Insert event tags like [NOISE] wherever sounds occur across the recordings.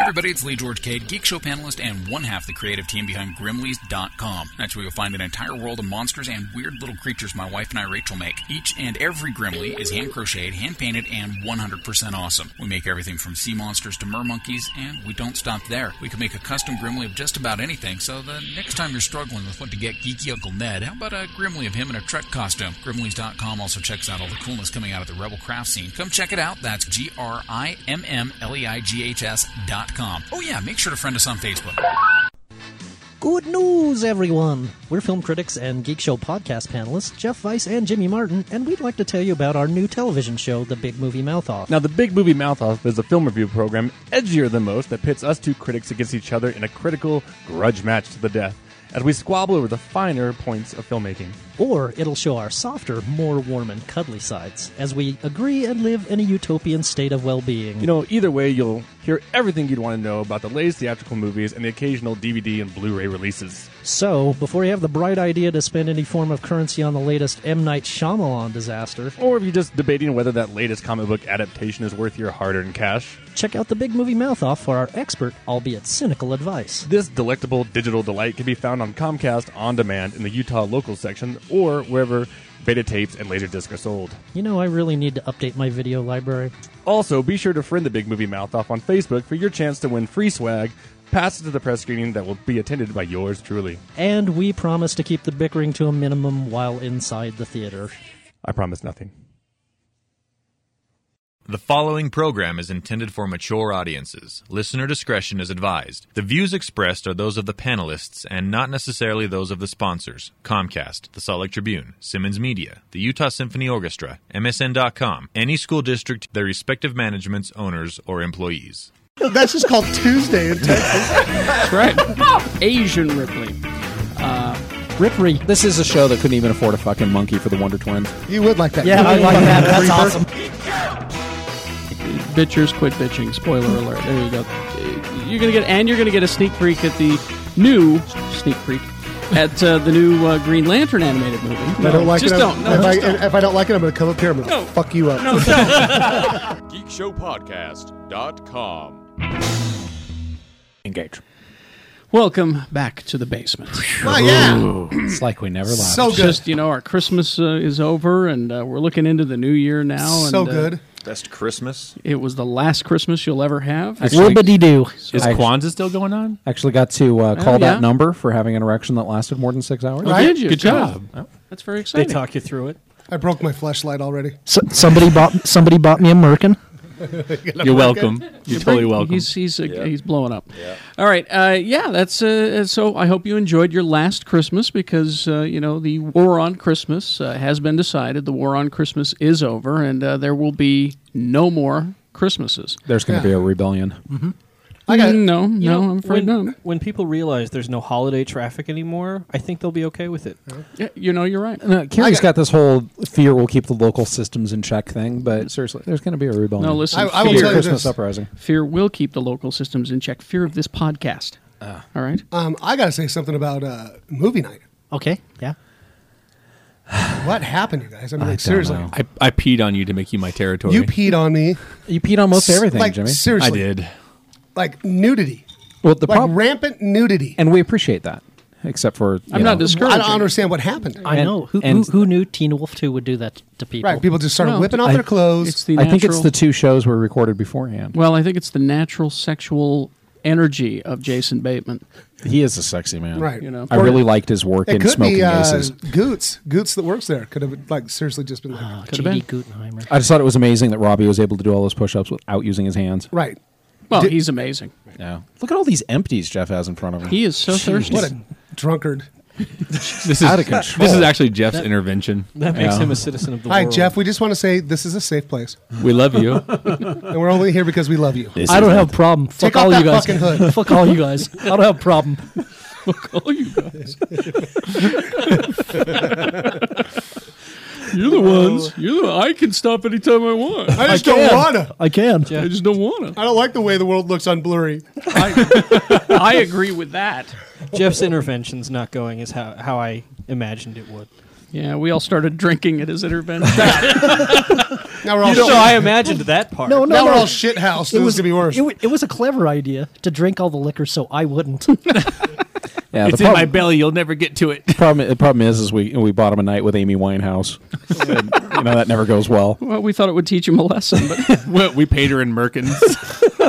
everybody, it's Lee George Cade, Geek Show panelist and one half the creative team behind Grimleys.com. That's where you'll find an entire world of monsters and weird little creatures my wife and I, Rachel, make. Each and every Grimley is hand crocheted, hand painted, and 100% awesome. We make everything from sea monsters to mer monkeys, and we don't stop there. We can make a custom Grimley of just about anything, so the next time you're struggling with what to get Geeky Uncle Ned, how about a Grimley of him in a Trek costume? Grimleys.com also checks out all the coolness coming out of the Rebel craft scene. Come check it out. That's G R I M M L E I G H S dot com. Oh, yeah, make sure to friend us on Facebook. Good news, everyone! We're film critics and Geek Show podcast panelists Jeff Weiss and Jimmy Martin, and we'd like to tell you about our new television show, The Big Movie Mouth Off. Now, the Big Movie Mouth Off is a film review program edgier than most that pits us two critics against each other in a critical grudge match to the death as we squabble over the finer points of filmmaking. Or it'll show our softer, more warm and cuddly sides as we agree and live in a utopian state of well being. You know, either way, you'll hear everything you'd want to know about the latest theatrical movies and the occasional DVD and Blu ray releases. so, before you have the bright idea to spend any form of currency on the latest M. Night Shyamalan disaster, Or if you're just debating whether that latest comic book adaptation is worth your hard earned cash, check out The Big Movie Mouth Off for our expert, albeit cynical, advice. this delectable digital delight can be found on Comcast On Demand in the Utah local section or wherever beta tapes and Laserdisc are sold. You know, I really need to update my video library. Also, be sure to friend the Big Movie Mouth Off on Facebook for your chance to win free swag, passes to the press screening that will be attended by yours truly. And we promise to keep the bickering to a minimum while inside the theater. I promise nothing. The following program is intended for mature audiences. Listener discretion is advised. The views expressed are those of the panelists and not necessarily those of the sponsors Comcast, the Salt Lake Tribune, Simmons Media, the Utah Symphony Orchestra, MSN.com, any school district, their respective managements, owners, or employees. That's just called Tuesday in Texas. Asian Ripley. Uh, Rippery. This is a show that couldn't even afford a fucking monkey for the Wonder Twins. You would like that. Yeah, I like that. That's awesome. Bitchers quit bitching. Spoiler alert. There you go. Uh, You're gonna get and you're gonna get a sneak peek at the new sneak peek at uh, the new uh, Green Lantern animated movie. If I don't like just it. don't. I'm, if, No, I, just don't. if I don't like it, I'm going to come up here. I'm going to No. fuck you up. [LAUGHS] GeekShowPodcast.com. Engage. Welcome back to the basement. Oh, yeah. It's like we never left. So It's good. Just you know, our Christmas uh, is over, and uh, we're looking into the new year now. And, So uh, good. Best Christmas. It was the last Christmas you'll ever have. Rubbity doo. is Kwanzaa still going on? actually got to Oh, uh, call yeah. that number for having an erection that lasted more than six hours. Well, Oh, did you? Good job. That's very exciting. you through it. I broke my flashlight [LAUGHS] already. somebody bought somebody bought me a merkin. Uh, You're welcome. You're totally welcome. He's he's uh, he's blowing up. All right, uh, yeah, that's uh, so. I hope you enjoyed your last Christmas because uh, you know the war on Christmas uh, has been decided. The war on Christmas is over, and uh, there will be no more Christmases. There's going to be a rebellion. I got Mm, no, You no, know, I'm afraid when, not. When people realize there's no holiday traffic anymore, I think they'll be okay with it. Yeah, you know, you're right. No, Uh, Carrie's I got this whole fear we'll keep the local systems in check thing, but seriously, there's going to be a rebellion. No, listen. I- I will fear, tell you Christmas this. uprising. fear will keep the local systems in check. Fear of this podcast. All right. um, I got to say something about uh, movie night. Okay, yeah. What happened, you guys? I mean, like, don't seriously. know. I, I peed on you to make you my territory. You peed [LAUGHS] on me. You peed on most S- everything, like, Jimmy. Seriously. I did. Like nudity. well, the like problem, rampant nudity. and we appreciate that, except for you I'm not know, discouraged. I don't understand what happened. I And- know. Who, and- who who knew Teen Wolf 2 would do that to people? right. People just started No, whipping off I- their clothes. It's the I think it's natural- the two shows were recorded beforehand. Well, I think it's the natural sexual energy of Jason Bateman. He is a sexy man. right. you know. I really liked his work It in could Smoking be uh, Aces. Goots. Goots that works there could have like seriously just been like, Ah, Uh, Could've J.D. been. Gutenheimer. I just thought it was amazing that Robbie was able to do all those push-ups without using his hands. right. Well, Did- he's amazing. Yeah. Look at all these empties Jeff has in front of him. He is so thirsty. What a drunkard. [LAUGHS] This is Out of control. This is actually Jeff's intervention. That makes Yeah. him a citizen of the Hi, world. Jeff. We just want to say this is a safe place, We love you. [LAUGHS] and we're only here because we love you. I don't have a problem. Fuck Take off all that you guys. fucking [LAUGHS] hood. Fuck all you guys. I don't have a [LAUGHS] problem. Oh, you guys. You're the ones. You're the. I can stop anytime I want. I just don't wanna. I can. I just don't want to. I don't like the way the world looks on blurry. Oh, I agree with that. Jeff's intervention's not going as how, how I imagined it would. [LAUGHS] Yeah, we all started drinking at his intervention. Now we're all So I imagined that part. No, no, now no. we're all shit housed. This is gonna be worse. It, wa- it was a clever idea to drink all the liquor so I wouldn't. [LAUGHS] Yeah, It's the in prob- my belly. You'll never get to it. problem. The problem is, is we we bought him a night with Amy Winehouse. And, you know that never goes well. Well, we thought it would teach him a [LAUGHS] lesson, but Well, we paid her in merkins. [LAUGHS]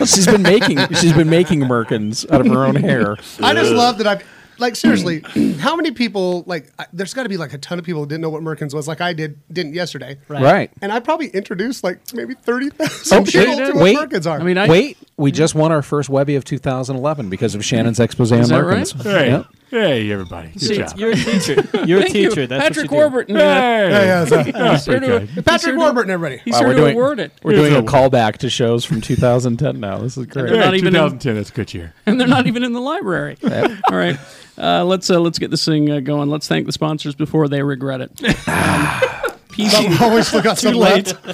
She's been making she's been making merkins out of her own hair. [LAUGHS] I just love that I've like seriously. how many people like? I, there's got to be like a ton of people who didn't know what Merkins was, like I did didn't yesterday. Right. Right. And I probably introduced like maybe thirty thousand shit. people to what Oh, Wait. Merkins are. I mean, I Wait, we just won our first Webby of 2011 because of Shannon's expose on Is that merkins. Hey, Yep. hey, everybody. Good See, job. you're a teacher. You're a Thank you, teacher. That's Patrick what you Warburton. uh, yeah, yeah, [LAUGHS] it's, uh, That's He's here pretty to, good. he's here Patrick to- Warburton, everybody. He's Wow, here we're to doing- award it. We're doing a callback to shows from 2010 now. This is They're great. not Hey, even in- 2010. That's a good year. [LAUGHS] and they're not even in the library. [LAUGHS] All right, uh, let's uh, let's get this thing uh, going. Let's thank the sponsors before they [LAUGHS] regret it. Um, PC, Always look out something left. [LAUGHS]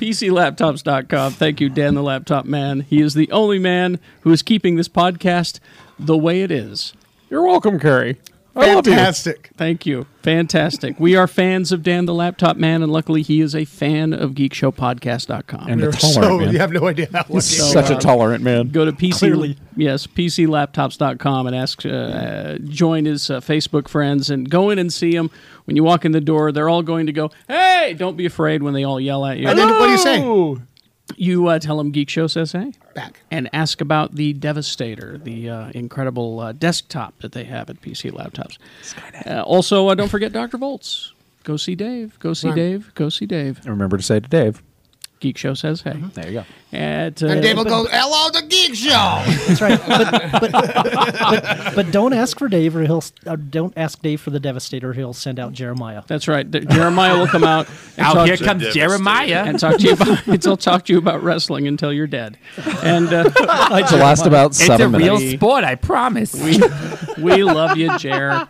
PCLaptops.com. Thank you, Dan the Laptop Man. He is the only man who is keeping this podcast the way it is. You're welcome, Curry. I love you. Fantastic. Thank you. Fantastic. We are fans of Dan the Laptop Man, and luckily he is a fan of GeekShowPodcast.com. And You're a tolerant so man. you have no idea how lucky. So, Such a uh, tolerant man. go to PC Clearly. yes PCLaptops.com and ask uh, uh, join his uh, Facebook friends and go in and see him. When you walk in the door, they're all going to go, "Hey, don't be afraid!" When they all yell at you, And then what do you say? you uh, tell them Geek Show says, "Hey." Back. And ask about the Devastator, the uh, incredible uh, desktop that they have at PC Laptops. Uh, also, uh, don't forget Dr. Volts. Go see Dave. Go see Dave. Go see Dave. And remember to say to Dave. Geek Show says, hey. There you go. At, uh, Mm-hmm. And Dave will go, hello, the Geek Show. That's [LAUGHS] right. But, but, but, but don't ask for Dave, or he'll. Or don't ask Dave for the Devastator. or He'll send out Jeremiah. That's right. Th- Jeremiah will come out. And Out talk Oh, here to- comes Jeremiah. and talk to you about [LAUGHS] it'll talk to you about wrestling until you're dead. And uh, [LAUGHS] It'll last about It's a seven real minutes. sport, I promise. we love you, Jer.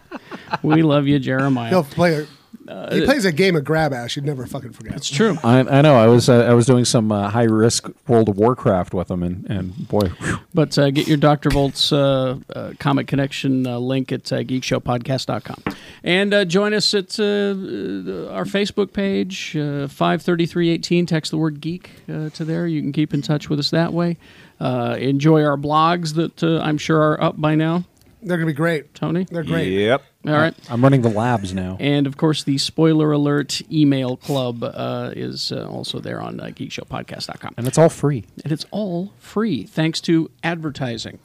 We love you, Jeremiah. He'll play a, Uh, he plays a game of grab ass you'd never fucking forget. It's true. I, I know. I was uh, I was doing some uh, high risk World of Warcraft with him, and, and boy, whew, But uh, get your Dr. Volt's uh, uh, Comic Connection uh, link at uh, geekshowpodcast.com. And uh, join us at uh, uh, our Facebook page, uh, 53318. Text the word geek uh, to there. You can keep in touch with us that way. Uh, enjoy our blogs that uh, I'm sure are up by now, They're going to be great. Tony. They're great. All right. I'm running the labs now. And of course, the spoiler alert email club uh, is uh, also there on uh, geekshowpodcast.com. And it's all free. And it's all free thanks to advertising.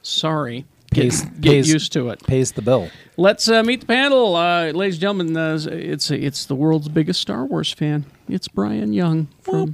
Sorry. Pays- get get pays- used to it. Pays the bill. Let's uh, meet the panel. Uh, ladies and gentlemen, uh, it's, it's the world's biggest Star Wars fan. It's Brian Young from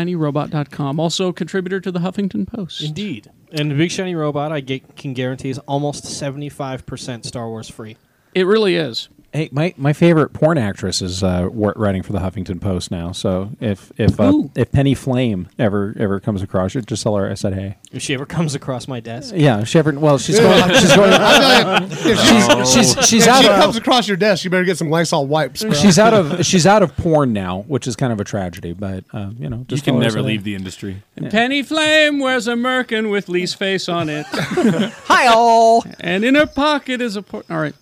BigShinyRobot.com, also contributor to the Huffington Post. Indeed. And the Big Shiny Robot, I ga- can guarantee, is almost 75% Star Wars free. It really is. Hey, my, my favorite porn actress is uh, wa- writing for the Huffington Post now. So if if uh, Ooh. if Penny Flame ever ever comes across you, just tell her I said hey. If she ever comes across my desk. Yeah, she ever. [LAUGHS] Well, she's [LAUGHS] going. She's going. I'll tell you, if she, She's she's if she's she out comes of across your desk, you better get some Lysol wipes. Bro. she's [LAUGHS] out of she's out of porn now, which is kind of a tragedy. But uh, you know, You just can tell her I never said, hey. leave the industry. Penny Flame wears a merkin with Lee's face on it. [LAUGHS] Hi all. and in her pocket is a por- All right.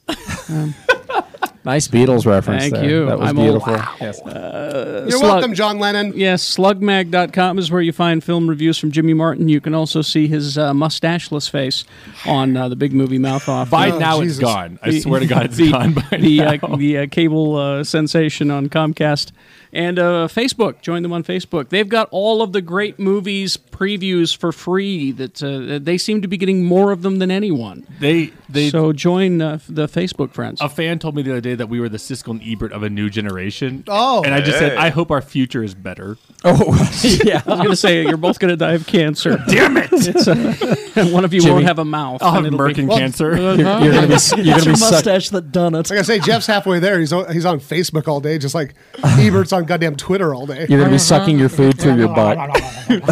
Nice Beatles reference. Thank there. you. That was I'm old. beautiful. Yes. You're slug. welcome, John Lennon. Yes, slugmag.com is where you find film reviews from Jimmy Martin. You can also see his uh, mustacheless face on uh, the big movie Mouth Off. Uh, By Oh, now Jesus. it's gone. I swear to God, it's gone. By [LAUGHS] the now. uh, the uh, cable uh, sensation on Comcast and uh, Facebook. Join them on Facebook. They've got all of the great movies previews for free. That uh, they seem to be getting more of them than anyone. they they so join uh, the Facebook friends. a fan told me the other day that we were the Siskel and Ebert of a new generation. Oh. and I just said, I hope our future is better. [LAUGHS] Oh. I was going to say you're both going to die of cancer. Damn it! It's, uh, one of you Jimmy, won't have a [LAUGHS] mouth. I'll have and it'll be- uh-huh. Merkin cancer. [LAUGHS] You're gonna be s- you're It's gonna your be sucked. mustache that done it. Like I say, Jeff's halfway there. He's on, he's on Facebook all day, just like Ebert's on goddamn Twitter all day. You're gonna be sucking your food through your butt. [LAUGHS]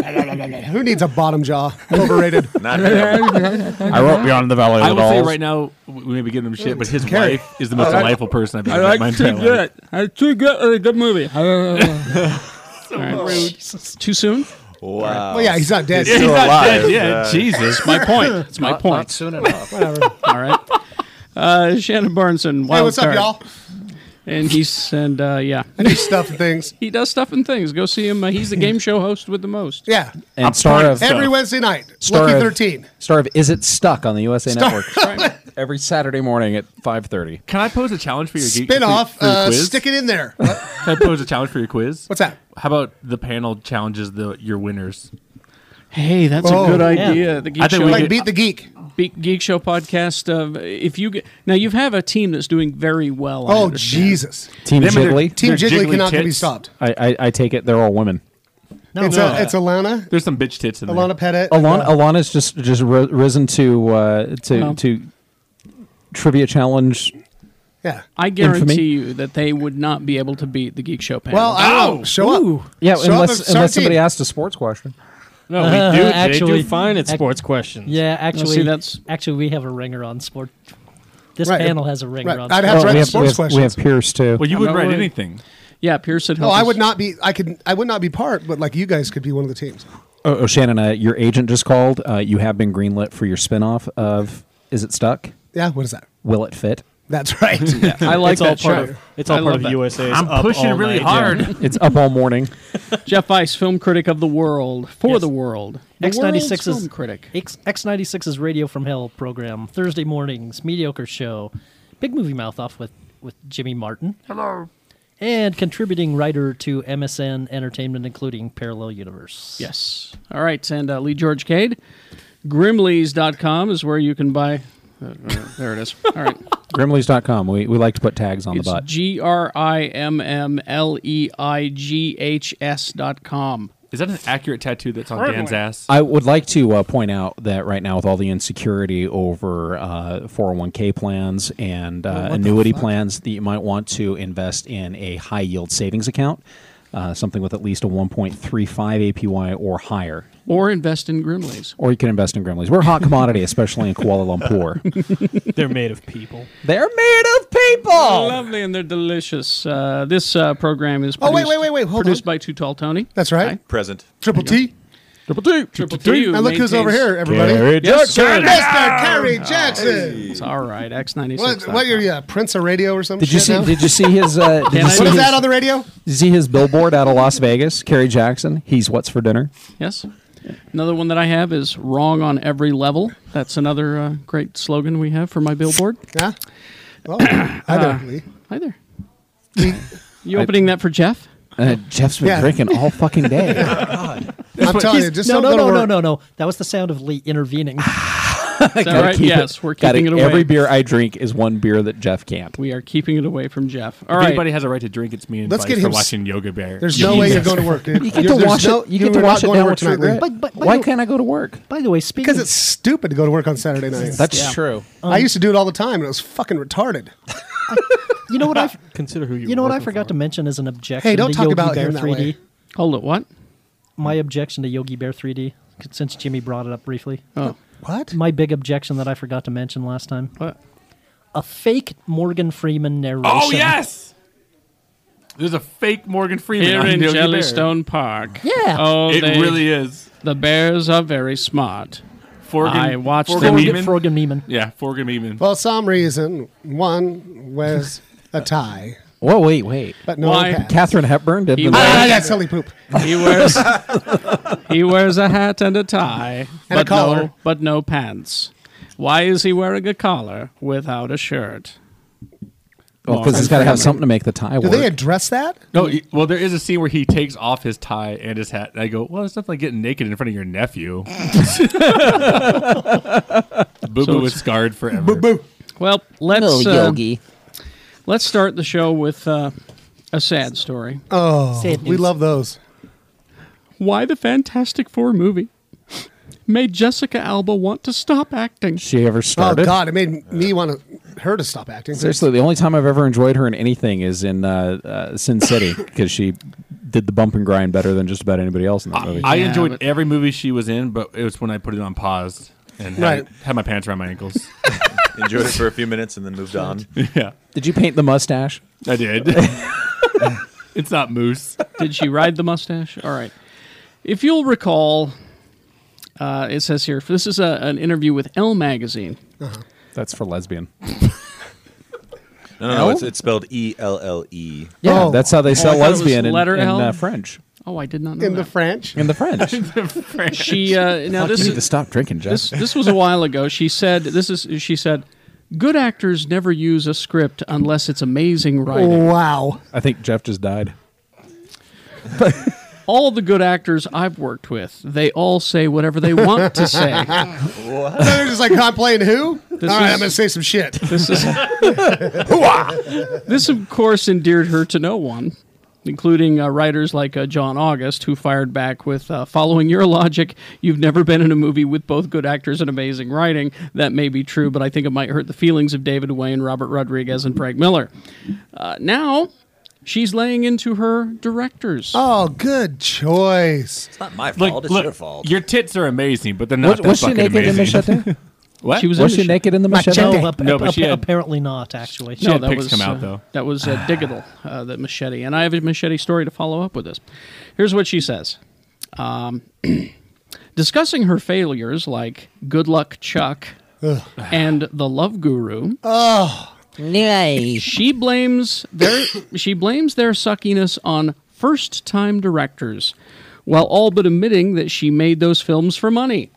Who needs a bottom jaw? Overrated. Not him. I won't be on the valley I will of the say dolls. right now, we may be giving him shit, but his Carrie. wife is the most delightful person I've ever met in my entire life. It's too good. Good movie. [LAUGHS] Too soon. Wow. well, yeah, Uh, he's not dead. He's still alive. Yeah, uh, Jesus. [LAUGHS] My point. It's my point. [LAUGHS] soon enough. All right. Uh, Shannon Barneson. Hey, Wild what's up, card. y'all? and he's and uh, yeah, and he's stuffing things. [LAUGHS] he does stuff and things. Go see him. [LAUGHS] Uh, he's the game show host with the most. Yeah, And star of uh, every Wednesday night. Star Lucky of- thirteen. Star of Is It Stuck on the USA Star- [LAUGHS] Network every Saturday morning at 5:30. Can I pose a challenge for your geek- Spin off. for your Uh, quiz? stick it in there. Can I pose a challenge for your quiz? What's that? How about the panel challenges the your winners? Hey, that's Whoa. a good Yeah. idea. The Geek I think Show, we like could- beat the geek. Be- Geek Show podcast. Of if you get, now you have a team that's doing very well. I Oh understand. Jesus! Team Them and their- Jiggly. Team They're Jiggly jiggly cannot be tits. stopped. I, I I take it they're all women. No, it's, no. a, it's Alana. There's some bitch tits in there. Alana Pettit. Alana, uh, Alana's just just ri- risen to uh, to Oh. to trivia challenge. yeah. I guarantee Infamy. Oh. you that they would not be able to beat the Geek Show panel. Well, I don't know. Show up. Yeah, Show up and unless start unless a team. somebody asked a sports question. No, Uh, we do. actually- they do fine at ac- sports questions. Yeah, actually, see, that's- actually, we have a ringer on sport. This Right. panel has a ringer Right. on. I'd sport. have to we, write the have, we, sports have, we questions. have Pierce too. Well, you I'm wouldn't not write worried. anything. yeah, Pierce had No, helped. Oh, I us. would not be. I could. I would not be part. But like you guys could be one of the teams. oh, oh, Shannon, uh, your agent just called. Uh, you have been greenlit for your spinoff of Is It Stuck? Yeah. What is that? Will it fit? That's [LAUGHS] right. [LAUGHS] I like it's all that part show. of it's all I part love of that. USA's. I'm up pushing all really night, hard. yeah. [LAUGHS] It's up all morning. [LAUGHS] Jeff Weiss, film critic of the world for Yes. the world. The X96 world's is film critic. X, X96's Radio from Hell program, Thursday mornings, mediocre show, big movie mouth off with, with Jimmy Martin. Hello. And contributing writer to MSN Entertainment, including Parallel Universe. Yes. All right, and uh, Lee George Cade. Grimleys.com is where you can buy. uh, uh, there it is. All right. Grimleys.com. We, we like to put tags on the It's butt. G R I M M L E I G H S dot com. Is that an accurate tattoo that's on Dan's ass? I would like to uh, point out that right now, with all the insecurity over uh, 401k plans and Oh, uh, annuity plans, that you might want to invest in a high yield savings account, uh, something with at least a 1.35 APY or higher. Or invest in Grimleys. Or you can invest in Grimleys. We're a [LAUGHS] hot commodity, especially in Kuala [LAUGHS] Lumpur. They're made of people. They're made of people. Lovely and they're delicious. Uh, this uh, program is Oh, produced, wait, wait, wait, wait, hold produced on. by Too Tall Tony. That's right. Present. Triple T. Triple T. Triple T. who Now look who's maintains- over here, everybody. Yes, sir. Mr. Kerry Jackson. It's all right. X96. What? What? You're yeah, Prince of Radio or something? Did you shit see? now? Did you see his? Uh, did Can you I- [LAUGHS] see what is his, that on the radio? did you see his billboard out of Las Vegas? Kerry Jackson. He's what's for dinner. Yes. Another one that I have is wrong on every level. That's another uh, great slogan we have for my billboard. Yeah. [CLEARS THROAT] Well, I don't. Lee. Uh, Hi there. you opening that for Jeff? Uh, Jeff's been Yeah. drinking all fucking [LAUGHS] day. Oh, I'm telling you, just no, no, don't go to no, no, work. no, no. That was the sound of Lee [LAUGHS] intervening. Is that right? Yes, we're Got keeping it, away. Every beer I drink is one beer that Jeff can't. we are keeping it away from Jeff. All if right. anybody has a right to drink, it's me and Let's Let's get him for s- watching Yoga Bear. There's no way you're going to work, dude. You get You're- to there's wash no- it. You get to we're wash not it going down work with tonight, Lee. regret. But- but- but Why you- can't I go to work? By the way, speaking Because it's stupid to go to work on Saturday nights. true. I used to do it all the time, and it was fucking retarded. you know what [LAUGHS] I Consider who you. you know what I working forgot for. to mention as an objection. Hey, don't to talk Yogi about Bear him that 3D. way. hold it, what? My objection to Yogi Bear 3D, since Jimmy brought it up briefly. Oh, What? My big objection that I forgot to mention last time: what? a fake Morgan Freeman narration. oh yes. There's a fake Morgan Freeman Here on in Yogi Bear. Jellystone Park. Yeah. Oh, It they, really is. The bears are very smart. Forgan, I watched Forgan them- Frog- Eamon. Frog and Neiman. Yeah, Forgan Eamon. Well, some reason one wears a tie, Whoa, wait, wait. but no Why? one has. Catherine Hepburn did. He the- was- Ah, that's silly poop. He wears [LAUGHS] he wears a hat and a tie, And a but collar. no, but no pants. Why is he wearing a collar without a shirt? Well, because he's got to have something to make the tie Do work. they address that? No, y- well, there is a scene where he takes off his tie and his hat, and I go, "Well, it's nothing like getting naked in front of [LAUGHS] your nephew." [LAUGHS] Boo So Boo is it's- scarred forever. Boo Boo. Well, let's uh, let's start the show with uh, a sad story. Oh, Say it, we Newt. love those. Why the Fantastic Four movie made Jessica Alba want to stop acting? she ever Oh started? God, it made me want to her to stop acting. Seriously, the only time I've ever enjoyed her in anything is in uh, uh, [LAUGHS] Sin City because she did the bump and grind better than just about anybody else in that movie. I Yeah, enjoyed but- every movie she was in, but it was when I put it on pause and had, Right. had my pants around my ankles. [LAUGHS] Enjoyed it for a few minutes and then moved [LAUGHS] on. yeah, did you paint the mustache? I did. [LAUGHS] it's not moose. Did she ride the mustache? All right. If you'll recall, uh, it says here this is uh, [LAUGHS] a, an interview with Elle magazine. That's for lesbian. [LAUGHS] No, no, no, it's, it's spelled E L L E. Yeah, that's how they sell Oh. I thought it was lesbian in, letter in L. uh, French. Oh, I did not know in the that. French. In the [LAUGHS] French. She uh, now Fuck, this you is need to stop drinking, Jeff. this this was a while ago. She said this is she said good actors never use a script unless it's amazing writing. Wow. I think Jeff just died. All the good actors I've worked with, they all say whatever they [LAUGHS] want to [LAUGHS] say. So they're just like, I'm playing who? All right, is- I'm gonna say some shit. This [LAUGHS] is This of course endeared her to no one. Including uh, writers like uh, John August, who fired back with, uh, following your logic, you've never been in a movie with both good actors and amazing writing. That may be true, but I think it might hurt the feelings of David Wayne, Robert Rodriguez, and Frank Miller. Uh, now, she's laying into her directors. Oh, good choice. It's not my fault. Look, it's look, your fault. your tits are amazing, but they're not Was, that was she fucking naked in amazing. Machete? [LAUGHS] what? She was Was in she the- naked in the Machete? No, ap- No, ap- but she ap- had- apparently not. Actually, She had pics come out, uh, though. That was uh, [SIGHS] Digital, uh, that machete. And I have a machete story to follow up with this. Here's what she says um, [CLEARS THROAT] Discussing her failures, like Good Luck [SIGHS] Chuck and The Love Guru, Oh. she blames their [COUGHS] she blames their suckiness on first time directors, while all but admitting that she made those films for money.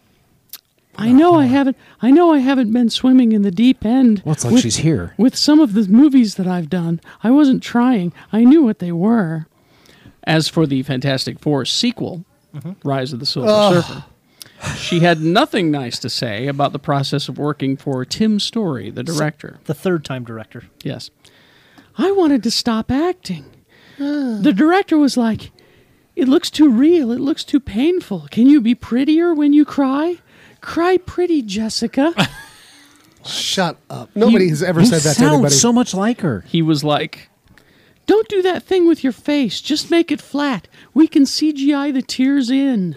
I know I haven't I know I haven't been swimming in the deep end. Well, it's like she's here. With some of the movies that I've done, I wasn't trying. I knew what they were. As for the Fantastic Four sequel, Rise of the Silver Surfer, she had nothing nice to say about the process of working for Tim Story, the director. the third time [LAUGHS] director. Yes. I wanted to stop acting. The director was like, It looks too real. It looks too painful. Can you be prettier when you cry? Cry pretty, Jessica. Shut up. Nobody has ever said that to sounds anybody. so much like her. he was like, Don't do that thing with your face. Just make it flat. We can CGI the tears in.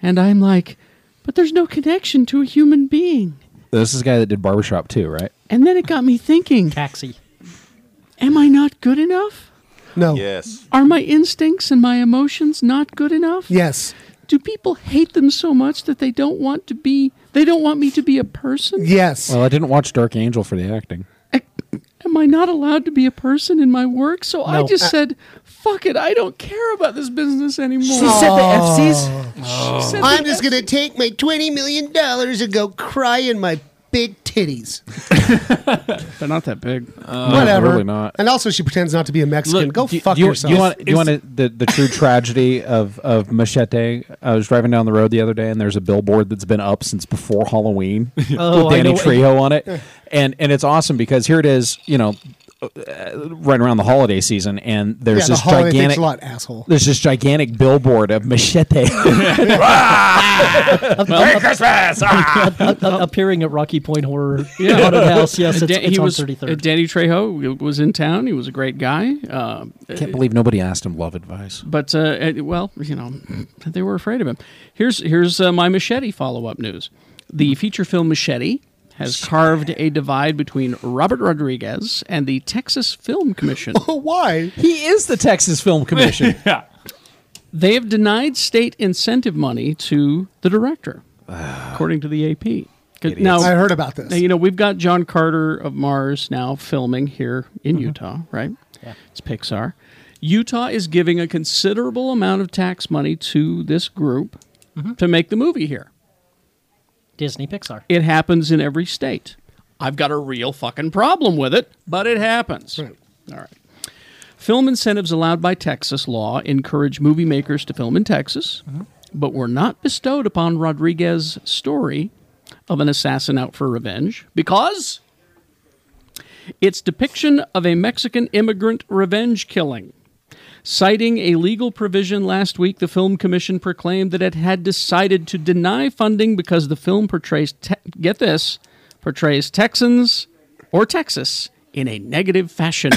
and I'm like, But there's no connection to a human being. This is the guy that did Barbershop too, right? And then it got me thinking, Taxi. Am I not good enough? no. yes. Are my instincts and my emotions not good enough? Yes. Do people hate them so much that they don't want to be they don't want me to be a person? Yes. Well, I didn't watch Dark Angel for the acting. Am I not allowed to be a person in my work? So I No. uh, just said, fuck it, I don't care about this business anymore. [LAUGHS] Oh. She said I'm that- just gonna take my twenty million dollars and go cry in my big titties. They're not that big. Uh, Whatever. really not. And also, she pretends not to be a Mexican. Look, go do- fuck you, yourself. You want, you [LAUGHS] want to- the, the true tragedy of, of Machete? I was driving down the road the other day, and there's a billboard that's been up since before Halloween [LAUGHS] Oh, I with Danny know. Trejo on it, and and it's awesome because here it is, you know, uh, right around the holiday season, and there's yeah, the this holiday takes gigantic. a lot, asshole. There's this gigantic billboard [LAUGHS] of machete. Merry Ah! Christmas! Appearing at Rocky Point Horror Yeah. [LAUGHS] Haunted House. Yes, it's, Dan- it's he on was, thirty uh, third. Danny Trejo was in town. He was a great guy. Uh, Can't believe nobody asked him love advice. But uh, uh, well, you know, they were afraid of him. Here's here's uh, my machete follow up news. The feature film Machete has carved a divide between Robert Rodriguez and the Texas Film Commission. But why? He is the Texas Film [LAUGHS] Commission. they have denied state incentive money to the director, according to the AP. 'Cause- Now, I heard about this. now, you know, we've got John Carter of Mars now filming here in Utah, right? Yeah. It's Pixar. Utah is giving a considerable amount of tax money to this group to make the movie here. Disney Pixar. It happens in every state. I've got a real fucking problem with it, but it happens. All right. Film incentives allowed by Texas law encourage movie makers to film in Texas, but were not bestowed upon Rodriguez's story of an assassin out for revenge because its depiction of a Mexican immigrant revenge killing. Citing a legal provision last week, the Film Commission proclaimed that it had decided to deny funding because the film portrays, te- get this, portrays Texans or Texas in a [LAUGHS] negative fashion.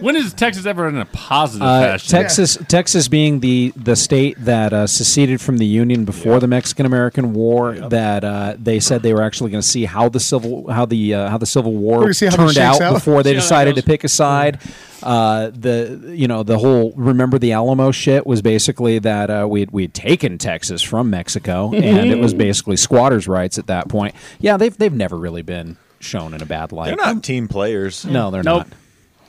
When is Texas ever in a positive Uh, fashion? Texas, Texas being the the state that uh, seceded from the Union before the Mexican American War, that uh, they said they were actually going to see how the civil how the uh, how the Civil War gonna see how this turned shakes out, out. before they See how that decided to goes. pick a side. Uh, the you know the whole remember the Alamo shit was basically that uh, we we had taken Texas Mm-hmm. from Mexico and it was basically squatters' rights at that point. Yeah, they've they've never really been shown in a bad light. They're not team players. No, they're Nope. not.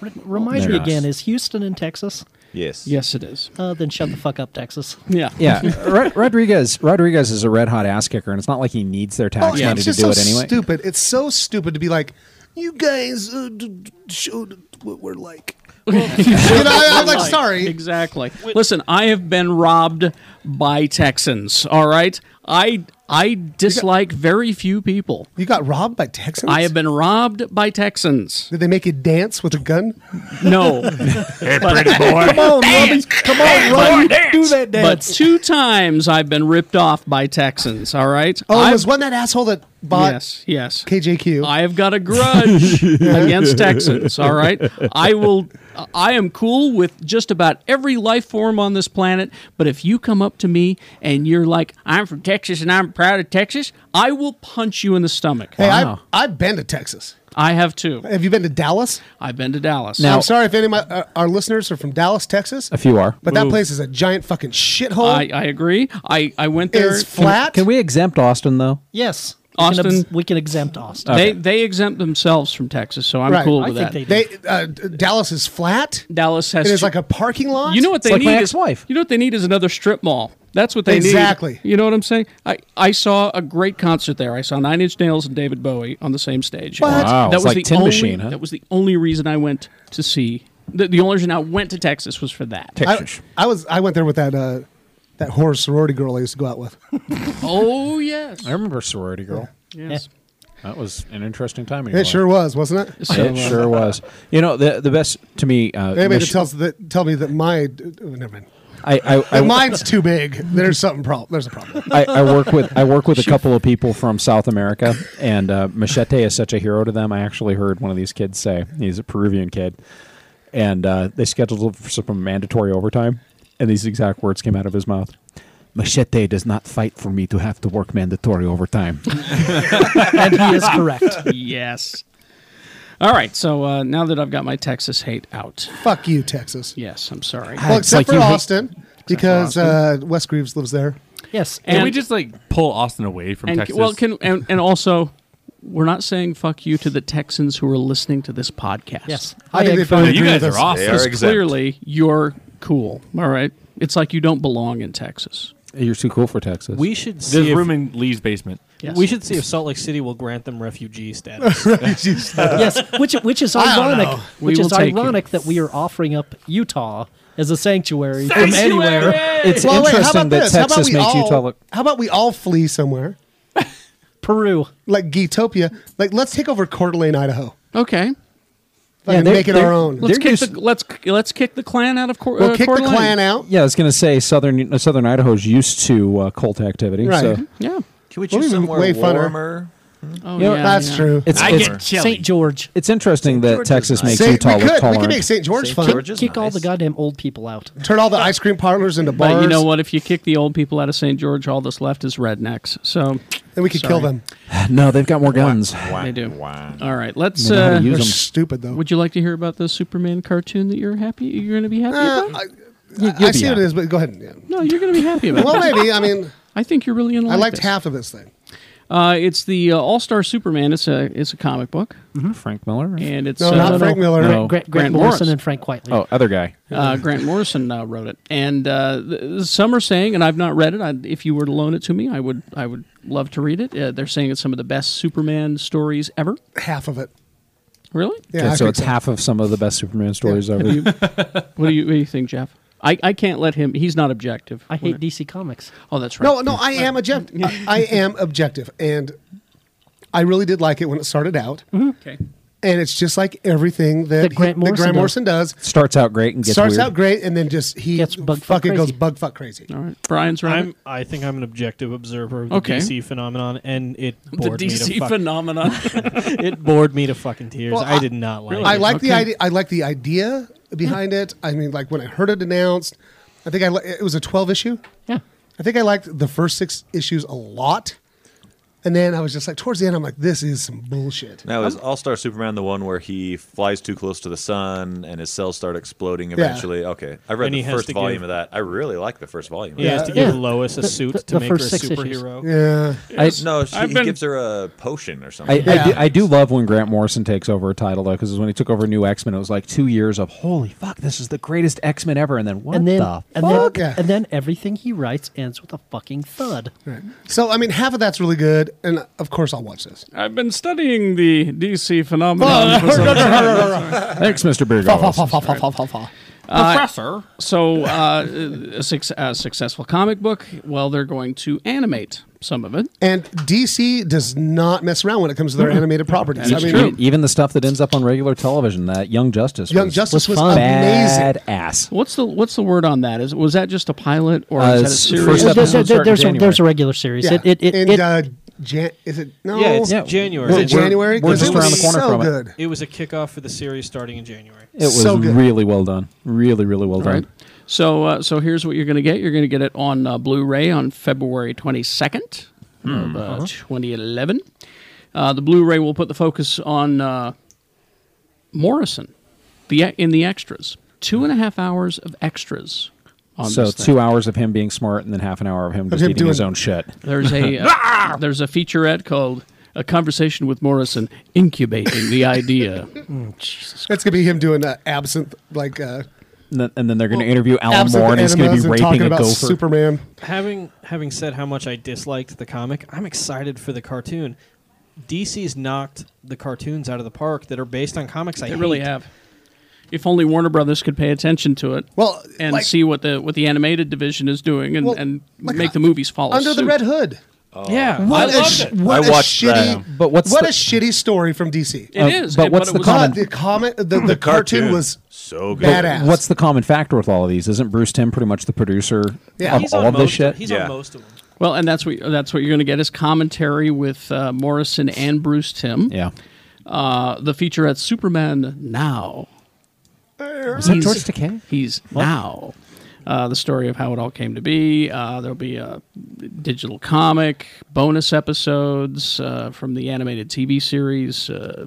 Re- remind They're me not. again, is Houston in Texas? Yes. Yes, it is. Uh, then shut the fuck up, Texas. Yeah. [LAUGHS] Yeah, [LAUGHS] Ro- Rodriguez. Rodriguez is a red hot ass kicker, and it's not like he needs their tax Oh, yeah, money it's to just so do it anyway. stupid. It's so stupid to be like, you guys uh, d- d- showed what we're like. You know, I, am like, sorry. Exactly. Listen, I have been robbed by Texans. All right, I I dislike very few people. You got robbed by Texans? I have been robbed by Texans. Did they make you dance with a gun? [LAUGHS] No, Hey, pretty boy. Come on, Robbie. Come on, Robbie. Do that but dance. two times I've been ripped off by Texans. All right. Oh, it I've- was one that asshole that bought yes, yes. KJQ. I have got a [LAUGHS] grudge against Texans. All right, I will. I am cool with just about every life form on this planet. But if you come up to me and you're like, "I'm from Texas and I'm proud of Texas," I will punch you in the stomach. hey, Wow. I've, I've been to Texas. I have too. Have you been to Dallas? I've been to Dallas. Now- I'm sorry if any of my, uh, our listeners are from Dallas, Texas. A few are. But that place is a giant fucking shithole. I, I agree. I, I went there. it's flat. Can we exempt Austin though? yes. We can, Austin- ex- we can exempt Austin. They they exempt themselves from Texas, so I'm Right. cool I with think that. they do. They uh, d- Dallas is flat. Dallas has It is two- like a parking lot. You know what they like need my is- ex-wife. You know what they need is another strip mall. That's what they need. Exactly. You know what I'm saying? I, I saw a great concert there. I saw Nine Inch Nails and David Bowie on the same stage. What? Wow, That was it's like the Tin only, Machine, huh? That was the only reason I went to see. The, the only reason I went to Texas was for that. I, I was I went there with that uh, that horror sorority girl I used to go out with. oh yes, I remember sorority girl. yes. That was an interesting time. in your It sure life. was, wasn't it? So, It uh, sure was. You know the the best to me. Uh, Anybody Mich- that tells that tell me that my oh, never mind. I I, I, That mine's too big. There's something problem. There's a problem. I, I work with I [LAUGHS] work with a couple of people from South America, and uh, Machete is such a hero to them. I actually heard one of these kids say he's a Peruvian kid, and uh, they scheduled him for some mandatory overtime, and these exact words came out of his mouth. Machete does not fight for me to have to work mandatory overtime. [LAUGHS] and he is correct. yes. All right. So uh, now that I've got my Texas hate out, Fuck you, Texas. yes, I'm sorry. Well, except It's Ah, like for you hate- Austin, because Uh, Wes Greaves lives there. Yes. Can And- we just like pull Austin away from and Texas? well, can and, and also, we're not saying fuck you to the Texans who are listening to this podcast. Yes. I think I they agree. No, found you agree guys with are us. They awesome. are exempt. clearly you're cool. All right, it's like you don't belong in Texas. You're too cool for Texas. We should see. There's If, room in Lee's basement. Yes. We should see if Salt Lake City will grant them refugee [LAUGHS] status. Uh, yes, which which [LAUGHS] is I don't ironic. know. Which We is will take ironic that we are offering up Utah as a sanctuary, from anywhere. it's Well, wait, how interesting about that this? how about Texas we makes all, Utah look. How about we all flee [LAUGHS] somewhere Peru. like Geetopia? Like let's take over Coeur d'Alene, Idaho. Okay, Like, and they're- make it they're- our own. they're let's kick used- the let's let's kick the Klan out of uh, court. We'll kick the Klan out. [LAUGHS] Yeah, I was going to say southern uh, southern Idaho's used to uh, cult activity, Right. so Yeah. Can we Well, choose it'd be somewhere way funner. warmer? Oh, Yeah, yeah. That's yeah. true. it's it's, St. George. it's interesting that George is Texas nice. makes Saint- Utah we look could tolerant. we could make St. George Saint fun. George is Kick all nice. the goddamn old people out. Turn all the ice cream parlors into bars. But you know what? If you kick the old people out of St. George, all that's left is rednecks. So Then we could kill Sorry. them. No, they've got more guns. they do. Wow. All right, let's. They know how to Uh, use They're 'em. stupid though. would you like to hear about the Superman cartoon that you're happy? You're going to be happy Uh, about? I, you'll I be see what happy. it is, but go ahead. Yeah. No, you're going to be happy about. Well, it. maybe. I mean, I think you're really going to I like liked this. half of this thing. Uh, it's the uh, All Star Superman. It's a it's a comic book, Mm-hmm. Frank Miller. right? and it's No, uh, not Frank Miller. no. Grant, Grant, Grant Morrison Morris. and Frank Whiteley. Oh, other guy. uh, Grant Morrison uh, wrote it. And uh, th- th- some are saying, and I've not read it. i if you were to loan it to me, I would I would love to read it. Uh, they're saying it's some of the best Superman stories ever. Half of it. Really? Yeah. Okay, I so think it's half of some of the best Superman stories [LAUGHS] ever. [LAUGHS] What do you What do you think, Jeff? I, I can't let him. He's not objective. I hate DC Comics. Oh, that's right. No, no, I am objective. I, I am objective, and I really did like it when it started out. Okay. And it's just like everything that, That Grant he- Morrison does. does. Starts out great and gets Starts weird. out great, and then just he Gets bug fuck fucking goes crazy. bug fuck crazy. All right. Brian's right. I'm, I think I'm an objective observer of the Okay. DC phenomenon, and [LAUGHS] it the bored me DC to fuck, phenomenon. [LAUGHS] It bored me to fucking tears. Well, I, I- did not like. I it. like the Okay. idea. I like the idea behind it. I mean, like when I heard it announced, I think I li- it was a twelve issue. Yeah. I think I liked the first six issues a lot, And then I was just like, towards the end, I'm like, this is some bullshit. Now is All Star Superman the one where he flies too close to the sun and his cells start exploding Yeah. eventually? Okay, I read And he the has first to volume give- of that. I really like the first volume. He has to give Lois a The- suit the- to the make her a first six issues. superhero. Yeah. I- no, she, I've he been- gives her a potion or I, something. I, do, I do love when Grant Morrison takes over a title though, because when he took over New X Men, it was like two years of holy fuck, this is the greatest X Men ever, and then what and then, the and then, fuck? and then everything he writes ends with a fucking thud. So, I mean, half of that's really good. And of course, I'll watch this. I've been studying the DC phenomenon. for some Thanks, Mister Beer Goggles. Professor. Uh, So, uh, a, suc- a successful comic book. Well, they're going to animate some of it. And DC does not mess around when it comes to their animated properties. I Even- mean, even, even the stuff that ends up on regular television, that Young Justice, Young was, Justice was fun. amazing. badass. What's the What's the word on that? Is was that just a pilot or Uh, is that a s- series? first Well, episode there- there- starting there's, a, January. there's a regular series. yeah. It, it, it, and, it- uh, Jan- is it? No. Yeah, it's Yeah. January. Was We're- it January? we're 'Cause just it was around the corner so from it. good. It was a kickoff for the series starting in January. It was so good. really well done. Really, really well All done. right. So, uh, so here's what you're going to get. You're going to get it on uh, Blu-ray on February 22nd of uh, Hmm. 2011. Uh, the Blu-ray will put the focus on uh, Morrison, the e- in the extras. Two and a half hours of extras. On So this thing. two hours of him being smart, and then half an hour of him just him eating his doing- own shit. There's a [LAUGHS] Ah! uh, there's a featurette called "A Conversation with Morrison," incubating the idea. That's gonna be him doing uh, absinthe, like uh, And then, and then they're going to interview Alan absinthe Moore, and he's going enemas to and be raping talking a about gopher. Superman. Having having said how much I disliked the comic, I'm excited for the cartoon. DC's knocked the cartoons out of the park that are based on comics. I They really hate. have. If only Warner Brothers could pay attention to it. Well, and like- see what the what the animated division is doing and, Well, and like, make the movies follow Under the suit. Red Hood. Yeah, What I a, loved sh- it. what I a watched shitty, uh, that. But what's what the- a shitty story from DC. It Uh, is, but it- what's it the was- common- God, the comment, the, the, cartoon, was so good. badass. What's the common factor with all of these? Isn't Bruce Tim pretty much the producer Yeah. of He's all on of this most. shit? He's Yeah. on most of them. Well, and that's what that's what you're going to get is commentary with uh, Morrison and Bruce Tim. yeah. Uh, the feature at Superman now. Was that George Takei? He's now. Uh, the story of how it all came to be. Uh, there'll be a digital comic, bonus episodes uh, from the animated TV series. Uh,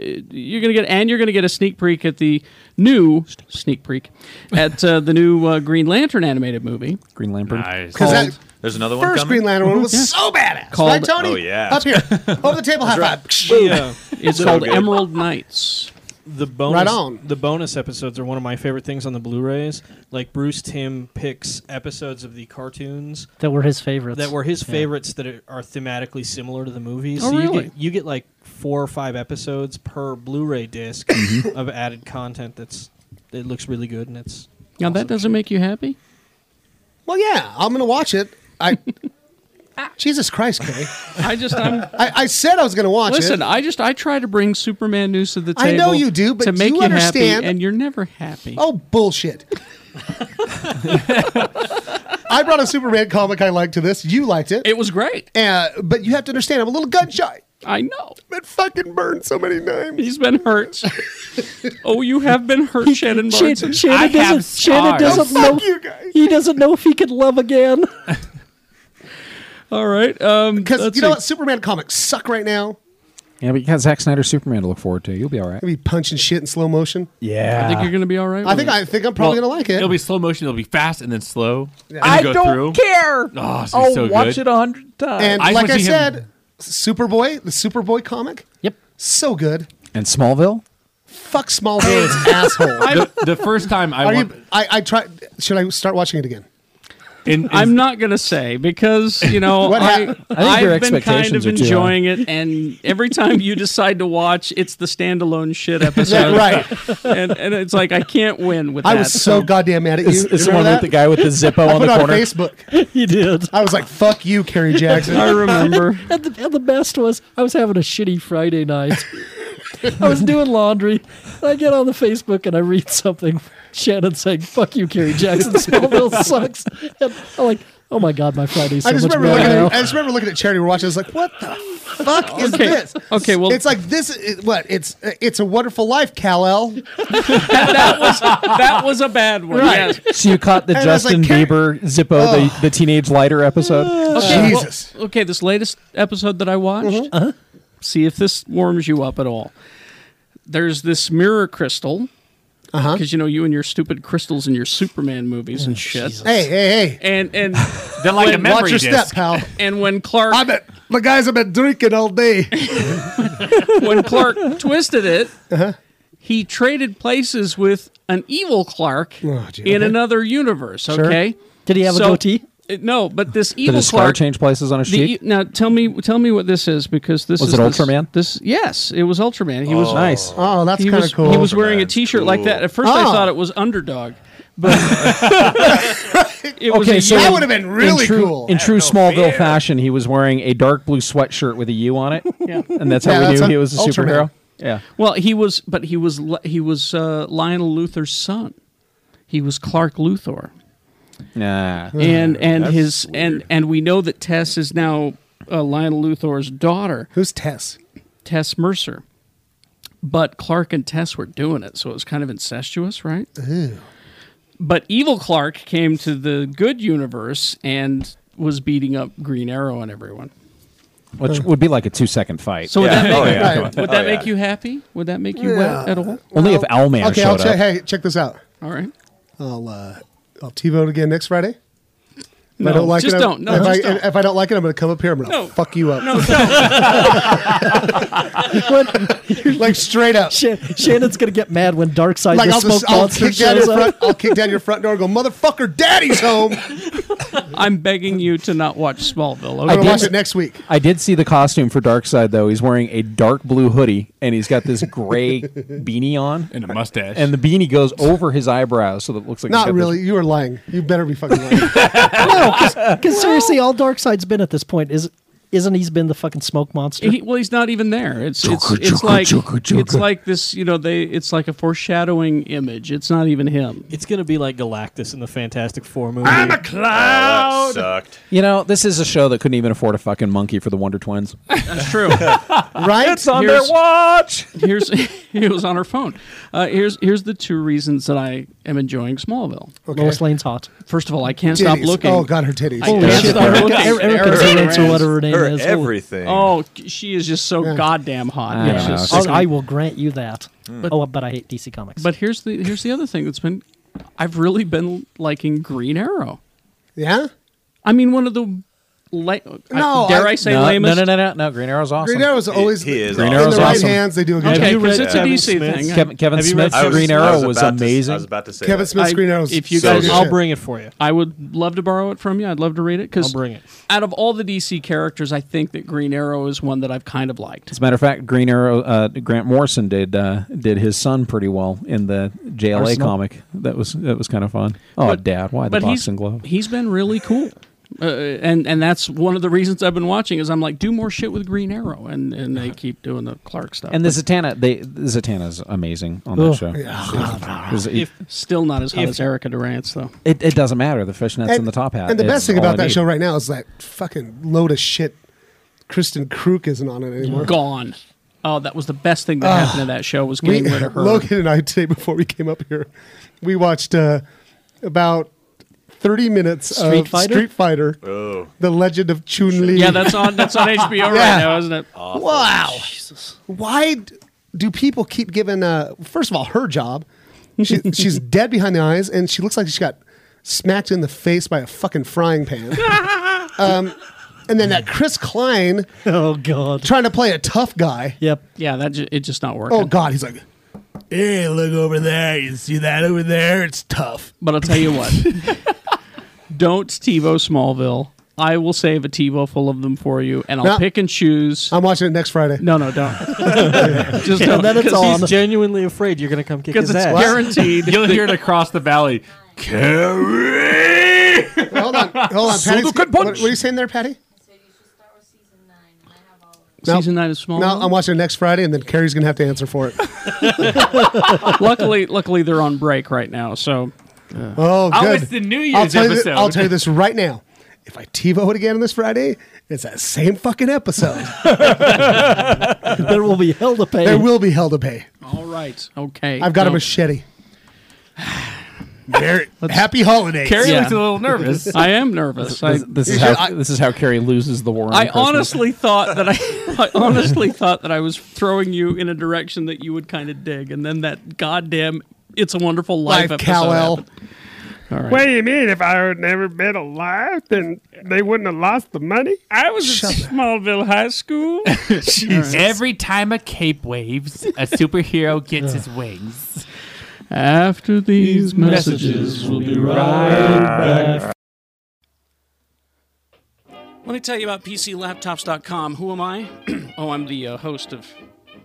you're gonna get, and you're gonna get a sneak peek at the new sneak peek at uh, the new uh, Green Lantern animated movie Green Lantern. Nice. because that There's another one first coming. Green Lantern one was so badass, Mm-hmm. Called- right, Tony? Oh, yeah. up [LAUGHS] here, over the table, high five. [LAUGHS] Yeah, It's called Emerald Knights. the bonus Right on. the bonus episodes are one of my favorite things on the Blu-rays. Like Bruce Tim picks episodes of the cartoons that were his favorites. that were his favorites that are- are thematically similar to the movies. Oh, so you really? get you get like four or five episodes per Blu-ray [LAUGHS] disc Mm-hmm. of added content that's it looks really good and it's Now that doesn't make you happy. Well, yeah, I'm gonna watch it. I, Jesus Christ, Kay. I just [LAUGHS] I'm I, I said I was gonna watch listen. it. I just I try to bring Superman news to the table. I know you do, but to do make you you, understand- happy, and you're never happy. Oh [LAUGHS] bullshit. I brought a Superman comic I liked to this. You liked it, it was great. uh, but you have to understand, I'm a little gun shy. I know. It fucking burned so many times. He's been [LAUGHS] hurt. oh, you have been hurt, Shannon Martin. Shannon, Shannon I have doesn't, Shannon scars. doesn't Oh, know. Fuck you guys. He doesn't know if he can love again. All right. Um, Because let's you know see. what, Superman comics suck right now. yeah, but you got Zack Snyder's Superman to look forward to. You'll be all right. Maybe punching shit in slow motion. Yeah. I think you're going to be all right. I with think it. I think I'm probably Well, gonna like it. It'll be slow motion. It'll be fast and then slow. And I go don't through. care. Oh, it's gonna be I'll so watch good. it a hundred times. and I just like wanna I see him- said, Superboy, the Superboy comic, Yep. so good. And Smallville? Fuck Smallville's [LAUGHS] asshole. the, the first time I Are want, you? I, I try. Should I start watching it again? in, in- I'm not going to say because, you [LAUGHS] know, What I, hap- I think your I've been kind expectations of are too high. enjoying it. And every time you decide to watch, it's the [LAUGHS] standalone shit episode. right. And, and it's like, I can't win with I that. was so goddamn mad at you. It's, it's You the one remember with the guy with [LAUGHS] the Zippo that? I on put the it on corner. [LAUGHS] Facebook. He did. I was like, "Fuck you, [LAUGHS] Kerry Jackson." I remember. [LAUGHS] And the, and the best was, I was having a shitty Friday night. I was doing laundry. and I get on the Facebook and I [LAUGHS] [LAUGHS] read something. Shannon saying, "Fuck you, Kerry Jackson. Smallville sucks." And I'm like, Oh my God, my Friday's so I just much remember better looking. now. At, I just remember looking at charity. We're watching. I was like, "What the fuck is Okay. this?" Okay, well- it's like this. Is, what? It's it's a wonderful life, Cal El. [LAUGHS] that was a bad one. Yes. So you caught [LAUGHS] the And I was like, Justin "Karen-" oh." Bieber Zippo, the, the teenage [LAUGHS] lighter episode. Okay, well, Jesus. okay, this latest episode that I watched, see if this warms you up at all. There's this mirror crystal. Because you know you and your stupid crystals and your Superman movies and shit. Hey, hey, hey! And and [LAUGHS] They're like a Wait, memory Watch your disc. step, [LAUGHS] pal. and when Clark I bet the guys have been drinking all day. when Clark [LAUGHS] twisted it, Uh-huh. he traded places with an evil Clark Oh, gee. in another universe. Okay, Did he have So- a goatee? uh, No, but this Did evil his scar Clark. change places on his The, e- cheek? now tell me, tell me what this is because this Was is it this- Ultraman? This yes, it was Ultraman. He was Nice. Oh, that's he kind was of cool. he was wearing a T-shirt like that. At first, I Oh. thought it was Underdog, [LAUGHS] but [LAUGHS] it was Okay, a so- yellow- that would have been really in true, cool. In true Smallville fashion, he was wearing a dark blue sweatshirt with a U on it, and that's how Yeah, we that's knew a- he was a Ultraman. superhero. Yeah, well, he was, but he was Li- he was uh, Lionel Luther's son. He was Clark Luthor. Ah, nah. and and his and and we know that Tess is now uh, Lionel Luthor's daughter, Who's Tess? Tess Mercer. But Clark and Tess were doing it, so it was kind of incestuous, right? But evil Clark came to the good universe and was beating up Green Arrow and everyone. Which would be like a two-second fight. So would that make, Oh, yeah. Right. would that make you happy? Would that make you wet Yeah. at all? Only if Owlman okay, I'll showed check. up. Hey, check this out. All right. I'll uh, I'll T-vote again next Friday. If No, just it, I'm- don't. No, if, just I, don't. if I don't like it, I'm going to come up here. I'm going to No. fuck you up. [LAUGHS] like straight up. Shan- Shannon's gonna get mad when Dark Side Like the I'll, Smoke just, I'll Monster kick down your shows front. up. I'll kick down your front door. and Go, motherfucker, daddy's home. I'm [LAUGHS] I'm begging you to not watch Smallville. going Okay? I to did- watch it next week. I did see the costume for Darkseid though. He's wearing a dark blue hoodie and he's got this gray beanie on. and a mustache. And the beanie goes over his eyebrows so that it looks like he's Not got really. This, You are lying. You better be fucking [LAUGHS] lying. Because seriously, all Dark Side's been at this point is isn't he's been the fucking Smoke Monster? He, well, he's not even there. It's it's, it's like it's like this. You know, they it's like a foreshadowing image. It's not even him. It's gonna be like Galactus in the Fantastic Four movie. that sucked. you know, this is a show that couldn't even afford a fucking monkey for the Wonder Twins. That's true. [LAUGHS] right? on their Here's- watch. [LAUGHS] here's it was on her phone. Uh, here's here's the two reasons that I am enjoying Smallville. Lois Lane's hot. First of all, I can't stop Titties. looking. Oh god, her titties. I can't shit, stop Erica- looking. Erica- Erica Erica Durance or Durance. whatever her name Her is. Holy- everything. Oh, she is just so goddamn hot. Ah, I It's don't know. just- Hmm. I'll- I will grant you that. oh, but I hate DC Comics. but here's the here's the other thing that's been I've really been liking Green Arrow. Yeah. I mean, one of the la- No, I, dare I, I- say No, no, lamest no, no, no, no. Green Arrow's awesome. Green Arrow's always he is in Green the Arrow's right awesome. hands. They do a good Okay, job. because it's a Kevin DC Smith's- thing. Kevin, Kevin Have you Smith's read- I was- Green I Arrow was, about to- amazing. I was about to say Kevin that. Smith's Green Arrow's if you so guys- good. I'll bring it for you. I would love to borrow it from you. I'd love to read it because I'll bring it. out of all the DC characters, I think that Green Arrow is one that I've kind of liked. As a matter of fact, Green Arrow, uh, Grant Morrison did uh, did his son pretty well in the JLA Arsenal? comic. That was that was kind of fun. Oh, Dad, why the but he's, boxing glove? He's been really cool. Uh, and and that's one of the reasons I've been watching is I'm like do more shit with Green Arrow and, and they keep doing the Clark stuff And the Zatanna, they Zatanna's amazing on that show. [LAUGHS] It- it- But still not as hot if- as Erica Durant's though It, it doesn't matter. The fishnets and, the top hat. And the It's best thing all I about that need. show right now is that fucking load of shit. Kristen Kruk isn't on it anymore. gone oh that was the best thing that happened to that show was We, getting [LAUGHS] rid of her Logan and I today before we came up here, we watched uh, about thirty minutes Street of Fighter? Street Fighter, Oh. the Legend of Chun Li. yeah that's [LAUGHS] on that's on HBO Yeah. right now isn't it wow. Why d- do people keep giving? Uh, first of all, her job. She, [LAUGHS] she's dead behind the eyes, and she looks like she got smacked in the face by a fucking frying [LAUGHS] pan. um, and then that Chris Klein oh god. trying to play a tough guy. Yep. yeah that ju- it just not working Oh God, he's like, hey, look over there. You see that over there? It's tough. But I'll tell you what. [LAUGHS] Don't TiVo Smallville. I will save a TiVo full of them for you, and I'll No. [LAUGHS] pick and choose. I'm watching it next Friday. no, [LAUGHS] no, don't. [LAUGHS] Just don't. then it's Because on. he's- He's genuinely afraid [LAUGHS] you're gonna come kick his Because it's ass. guaranteed. You'll hear it across the valley. Carrie! [LAUGHS] Hold on, hold on, Patty. What, what are you saying there, Patty? So you should start with season nine, and I have all of it. No. Season nine of Smallville. No, I'm watching it next Friday, and then Carrie's gonna have to answer [LAUGHS] for it. luckily, luckily they're on break right now, so Oh, Oh, good. it's the New I'll Year's tell you. thi- episode. I'll tell you this right now. If I TiVo it again this Friday, it's that same fucking [LAUGHS] episode. there will be hell to pay. There will be hell to pay. All right. Okay. I've got a So- [SIGHS] machete. Merry- happy holidays. Yeah. [LAUGHS] I am nervous. This, I- this is how this is how Carrie loses the war. On I Christmas. honestly thought that I, [LAUGHS] I honestly thought that I was throwing you in a direction that you would kind of dig, and then that goddamn "It's a Wonderful Life, Life" episode Kal-El. happened. All right. What do you mean? If I had never been alive, then they wouldn't have lost the money? I was at Smallville High School. Every time a cape waves, a superhero gets his wings. After these messages, we'll be right back. Let me tell you about PCLaptops.com. Who am I? [CLEARS THROAT] oh, I'm the uh, host of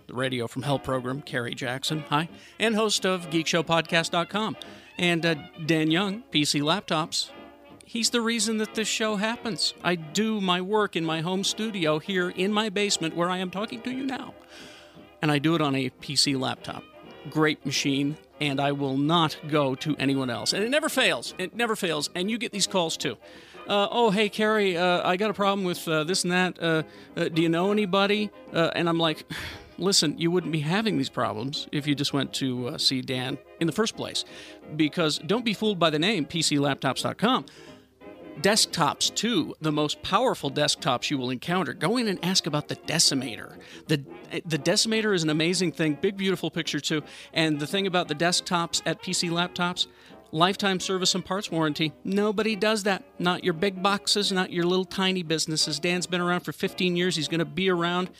the Radio from Hell program, Carrie Jackson. Hi. And host of GeekShowPodcast.com. And uh, Dan Young, PC Laptops. He's the reason that this show happens. I do my work in my home studio here in my basement where I am talking to you now and I do it on a PC laptop. Great machine, and I will not go to anyone else. And it never fails. It never fails. And you get these calls too. Uh, oh, hey, Carrie, uh, I got a problem with uh, this and that. Uh, uh, do you know anybody? Uh, and I'm like, listen, you wouldn't be having these problems if you just went to uh, see Dan in the first place. Because don't be fooled by the name, PCLaptops.com desktops too the most powerful desktops you will encounter go in and ask about the decimator the the decimator is an amazing thing big beautiful picture too and the thing about the desktops at pc laptops lifetime service and parts warranty nobody does that not your big boxes not your little tiny businesses dan's been around for 15 years he's going to be around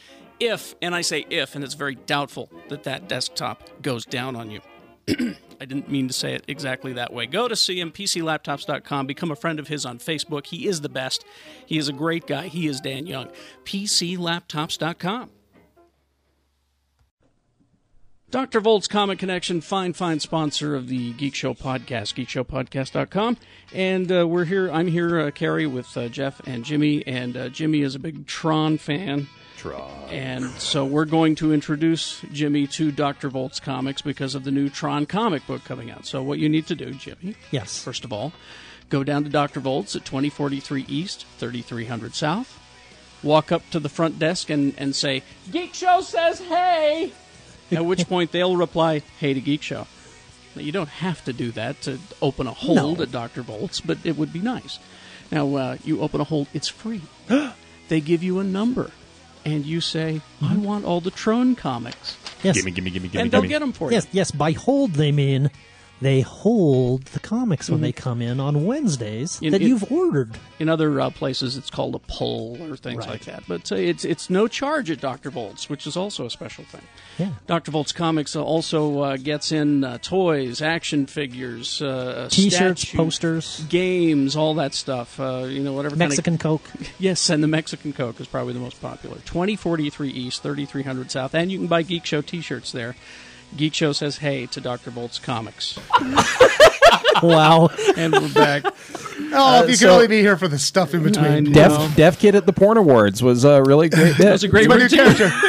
if and i say if and it's very doubtful that that desktop goes down on you [CLEARS THROAT] I didn't mean to say it exactly that way. Go to cmpclaptops.com, become a friend of his on Facebook. He is the best. He is a great guy. He is Dan Young. PCLaptops.com. Dr. Volt's Comic Connection, fine, fine sponsor of the Geek Show podcast, geekshowpodcast.com. And uh, we're here, I'm here, uh, Carrie, with uh, Jeff and Jimmy. And uh, Jimmy is a big Tron fan. Tron. And so we're going to introduce Jimmy to Dr. Volt's comics because of the new Tron comic book coming out. So, what you need to do, Jimmy, Yes. first of all, go down to Dr. Volt's at 2043 East, 3300 South. Walk up to the front desk and, and say, Geek Show says hey! At which point they'll reply, "Hey to Geek Show." Now, you don't have to do that to open a hold at Doctor Volts, but it would be nice. Now uh, you open a hold; it's free. they give you a number, and you say, "I want all the Tron comics." Yes. Gimme, gimme, gimme, gimme, And they'll gimme. get 'em for you. Yes, yes. By hold, they mean they hold the comics when Mhm. they come in on Wednesdays In- that in- you've ordered. In other uh, places, it's called a pull or things like that. But uh, it's it's no charge at Doctor Volts, which is also a special thing. Yeah. Dr. Volts Comics also uh, gets in uh, toys, action figures, uh, T-shirts, statues, posters. games, all that stuff. Uh, you know, whatever Mexican [LAUGHS] kind of, Coke. Yes, and the Mexican Coke is probably the most popular. Twenty forty three East, thirty three hundred South, and you can buy Geek Show T-shirts there. Geek Show says hey to Dr. Volts Comics. [LAUGHS] wow. And we're back. Oh, Uh, if you could so- only be here for the stuff in between. Deaf Deaf Kid at the Porn Awards was a [LAUGHS] really great bit. was a great My new character. [LAUGHS]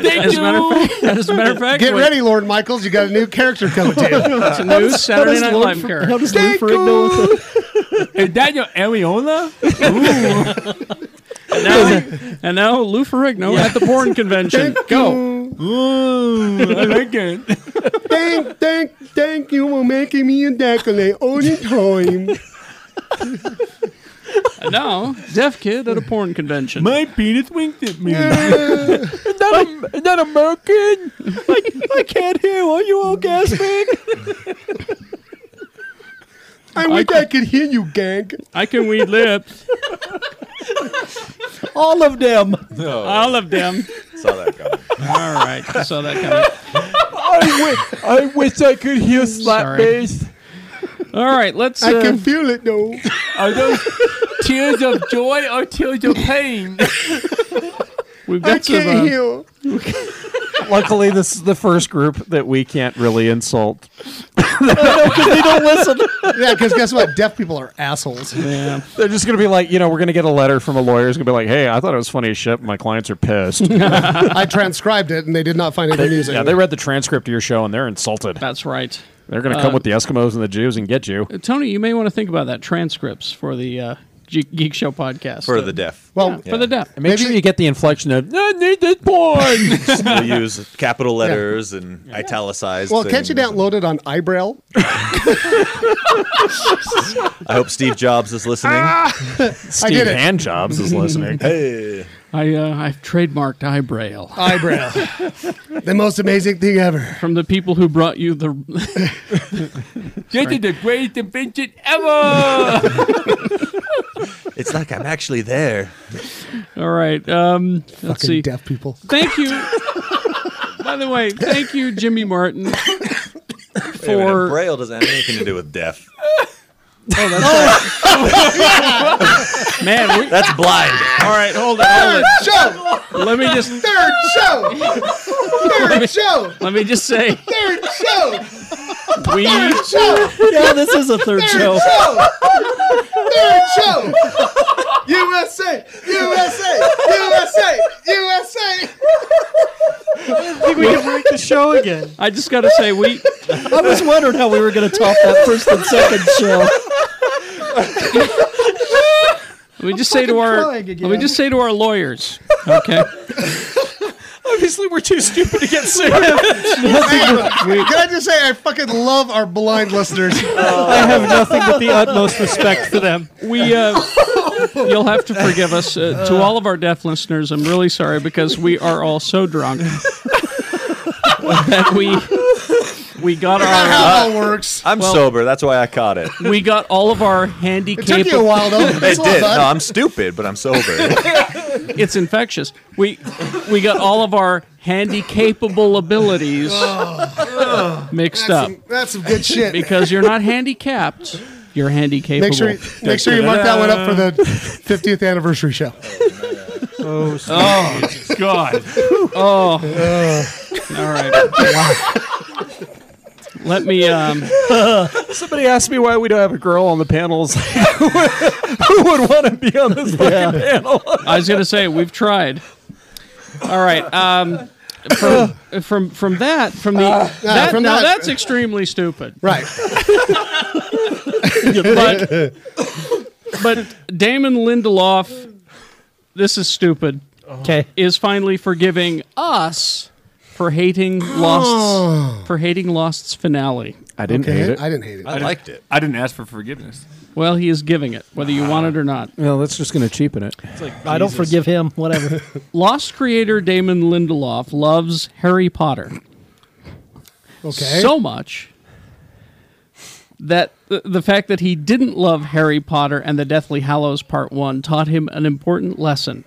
as, a matter of fact, as a matter of fact, Get when- ready, Lord Michaels. You got a new character coming to you. It's a new How does- Saturday how does Night Lord Live Fer- character. how does Lou Ferrigno Is that your Ariola? And now, and now Lou Ferrigno at the porn convention. Go. Ooh, I like [LAUGHS] it. thank, thank, thank you for making me a decollete on time. [LAUGHS] And now, deaf kid at a porn convention. My penis winked at me. Is that, a, is that American? I, I can't hear. Are you all gasping? I wish I could hear you, gang. [LAUGHS] I can weed lips. All of them. All of them. Saw that coming. All right. Saw that coming. I wish I wish I could hear slap Sorry. bass. All right, let's. I uh, can feel it, though. Are those tears of joy or tears of pain? We've I got some. can't Uh, hear. luckily, this is the first group that we can't really insult because they don't listen. [LAUGHS] Yeah, because guess what? Deaf people are assholes. Yeah. They're just gonna be like, you know, we're gonna get a letter from a lawyer. It's gonna be like, hey, I thought it was funny as shit. My clients [LAUGHS] are pissed. [LAUGHS] I transcribed it, and they did not find any music. yeah, they read the transcript of your show and they're insulted. That's right. They're gonna come Uh, with the Eskimos and the Jews and get you. Tony, you may want to think about that transcripts for the uh, Ge- Geek Show podcast For the deaf. Well, Well, for the yeah. deaf. And make sure you get [LAUGHS] the inflection of "I need this porn." we'll use capital letters and italicized. Well, can't you things. download it on [LAUGHS] iBraille? I hope Steve Jobs is listening. Ah! I did it. Jobs [LAUGHS] is listening. [LAUGHS] Hey. I uh, I've trademarked eyebrail. Ibrail. the most amazing thing ever. From the people who brought you the [LAUGHS] This is the greatest invention ever. It's like I'm actually there. All right. Um, let's Fucking see. deaf people. Thank you. By the way, thank you, Jimmy Martin, Wait a minute, for. Braille doesn't have anything to do with deaf. Man, that's blind. All right, hold on. Third Hold show. Let me just. Third show. Third show. Let me just say. Third show. We- Third show. yeah, this is a third show. Third show. USA. USA. USA. USA. think we can break the show again. I just got to say, we. I was wondering how we were going to top that first and second show. Let me just say to fucking our. crying Let me again. just say to our lawyers. Okay. Obviously, we're too stupid to get sued. [LAUGHS] Hey, Can I just say I fucking love our blind listeners? I have nothing but the utmost respect for them. We. [LAUGHS] Uh, You'll have to forgive us. Uh, to all of our deaf listeners, I'm really sorry because we are all [LAUGHS] so drunk that we we got our uh, it all works. I'm Well- sober. That's why I [LAUGHS] caught it. we got all of our handicap. took you a while, though. It did. No, I'm stupid, but I'm sober. [LAUGHS] [LAUGHS] it's infectious. We we got all of our handicapable abilities mixed Oh. that's up Some, that's some good shit. because you're not handicapped. You're handicapable. Make sure, make sure you mark that one up for the [LAUGHS] 50th anniversary show. Oh, [LAUGHS] Oh God! Oh, all right. Let me. Um, [LAUGHS] Somebody asked me why we don't have a girl on the panels. [LAUGHS] who would- who would want to be on this fucking panel? I was gonna say we've tried. All right. Um, [SIGHS] from, from from that from the that, Uh, from now that- that's extremely stupid. Right. [LAUGHS] but, but Damon Lindelof, this is stupid. Okay. Is finally forgiving us for hating Lost's for hating Lost's finale. I didn't Oh. Okay, hate it. I didn't hate it. I liked it. I didn't ask for forgiveness. Well, he is giving it, whether you want it or not. Well, that's just going to cheapen it. I don't forgive him. Whatever. [LAUGHS] Lost creator Damon Lindelof loves Harry Potter Okay. so much that the, the fact that he didn't love Harry Potter and the Deathly Hallows Part 1 taught him an important lesson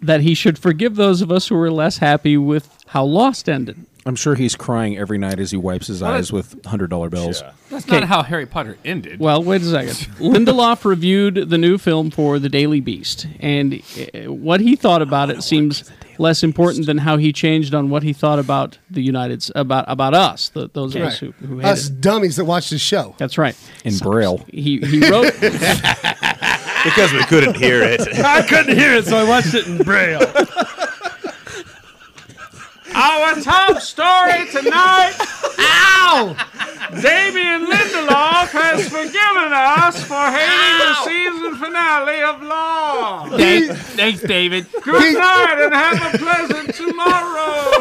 that he should forgive those of us who were less happy with how Lost ended. I'm sure he's crying every night as he wipes his Well, eyes with hundred dollar bills. That's Okay. not how Harry Potter ended. Well, wait a second. [LAUGHS] Lindelof reviewed the new film for The Daily Beast, and uh, what he thought about it seems less important than how he changed on what he thought about the United about about us, the, those of us who, Right. who hated. Us dummies that watch the show. That's right. In braille. He he [LAUGHS] wrote. because we couldn't hear it. I couldn't hear it, so I watched it in braille. Our top story tonight. Ow! Damien Lindelof has forgiven us for hating the season finale of Law. He- Thanks, David. Good night and have a pleasant tomorrow.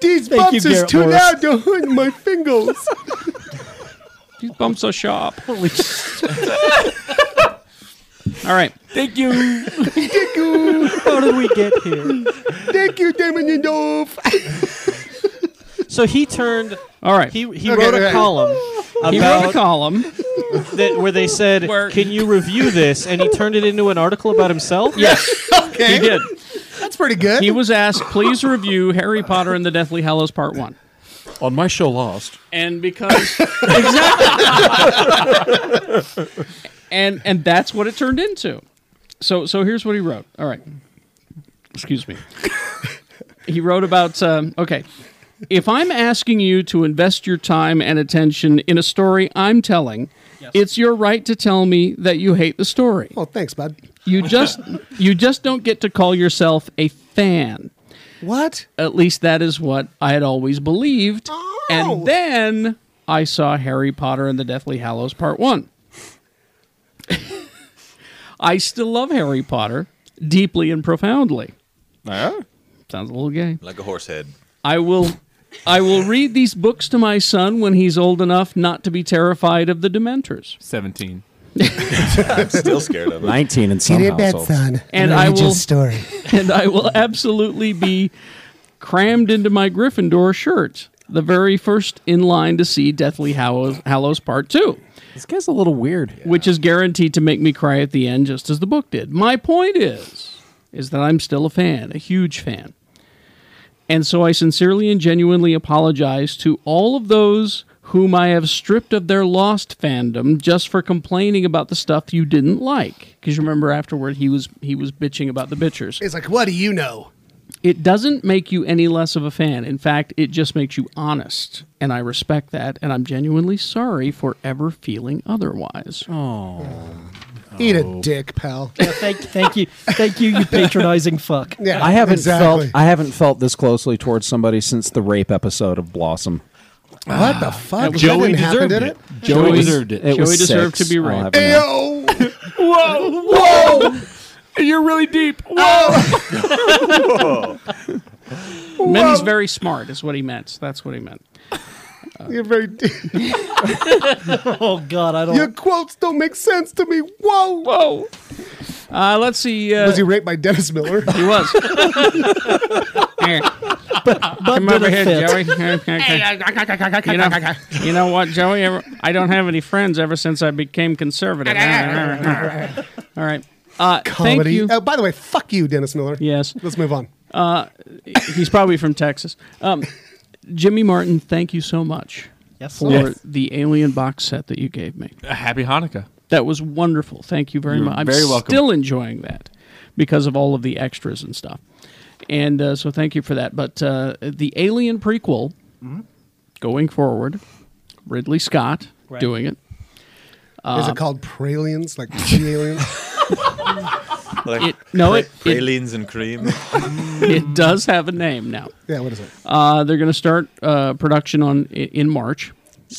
These Thank you, bumps is Garrett too Morris. loud to hurt my fingers. These bumps [LAUGHS] are sharp. Holy All right. Thank you. Thank you. How did we get here? Thank you, Damon Yandolf. So he turned. All right. He he Okay, wrote a okay. column He wrote a about column. that where they said, Where- "Can you review this?" And he turned it into an article about himself. Yes, Okay. he did. That's pretty good. He was asked, "Please review Harry Potter and the Deathly Hallows Part One." On my show, Lost. and [LAUGHS] because exactly [LAUGHS] and and that's what it turned into so so here's what he wrote all right excuse me he wrote about um, okay if i'm asking you to invest your time and attention in a story i'm telling it's your right to tell me that you hate the story oh, thanks, bud. [LAUGHS] you just you just don't get to call yourself a fan What? Oh. at least that is what I had always believed. And then I saw Harry Potter and the Deathly Hallows Part 1. I still love Harry Potter deeply and profoundly. Sounds a little gay. [LAUGHS] Like a horse head. I will I will read these books to my son when he's old enough not to be terrified of the dementors. 17. [LAUGHS] I'm still scared of it. 19 in some Get in bed, households. son. And I Religious will story. [LAUGHS] and I will absolutely be crammed into my Gryffindor shirt. The very first in line to see Deathly Hallows, Hallows Part 2. This guy's a little weird. Which is guaranteed to make me cry at the end just as the book did. My point is is that I'm still a fan, a huge fan. And so I sincerely and genuinely apologize to all of those whom I have stripped of their lost fandom just for complaining about the stuff you didn't like. Because remember, afterward he was he was bitching about the bitchers. It's like, what do you know? It doesn't make you any less of a fan. In fact, it just makes you honest, and I respect that. And I'm genuinely sorry for ever feeling otherwise. Oh. Eat a dick, pal. thank, thank you, thank you, [LAUGHS] you patronizing fuck. I haven't felt I haven't felt this closely towards somebody since the rape episode of Blossom. What the fuck? That Joey didn't happen, deserved did it. it? Joey Joey- deserved it. it Joey was deserved six. to be I'll raped. have it now. whoa, whoa! You're really deep. [LAUGHS] Whoa! whoa. Meant he's very smart, is what he meant. That's what he meant. You're very deep. [LAUGHS] oh God, I don't. Your quotes don't make sense to me. Whoa, whoa. Uh, let's see. Uh, was he raped by Dennis Miller? [LAUGHS] [LAUGHS] He was. Here. Come over here, Joey. [LAUGHS] you, know, you know what, Joey? Ever- I don't have any friends ever since I became conservative. All right. Uh, thank Comedy. you. Uh, by the way, fuck you, Dennis Miller. Yes. Let's move on. Uh, he's probably from Texas. Um, Jimmy Martin, thank you so much Yes, for Yes. the Alien box set that you gave me. Happy Hanukkah. That was wonderful. Thank you very You're much. I'm very welcome. still enjoying that because of all of the extras and stuff. And uh, so thank you for that. But uh, the Alien prequel Mm-hmm. Mhm. going forward, Ridley Scott Right. doing it. Is Um, it called Pralians? Like pre-aliens? [LAUGHS] Like It- no, it- pra- it- pralines and cream. [LAUGHS] it does have a name now. Yeah, what is it? Uh, they're going to start uh, production on i- in March.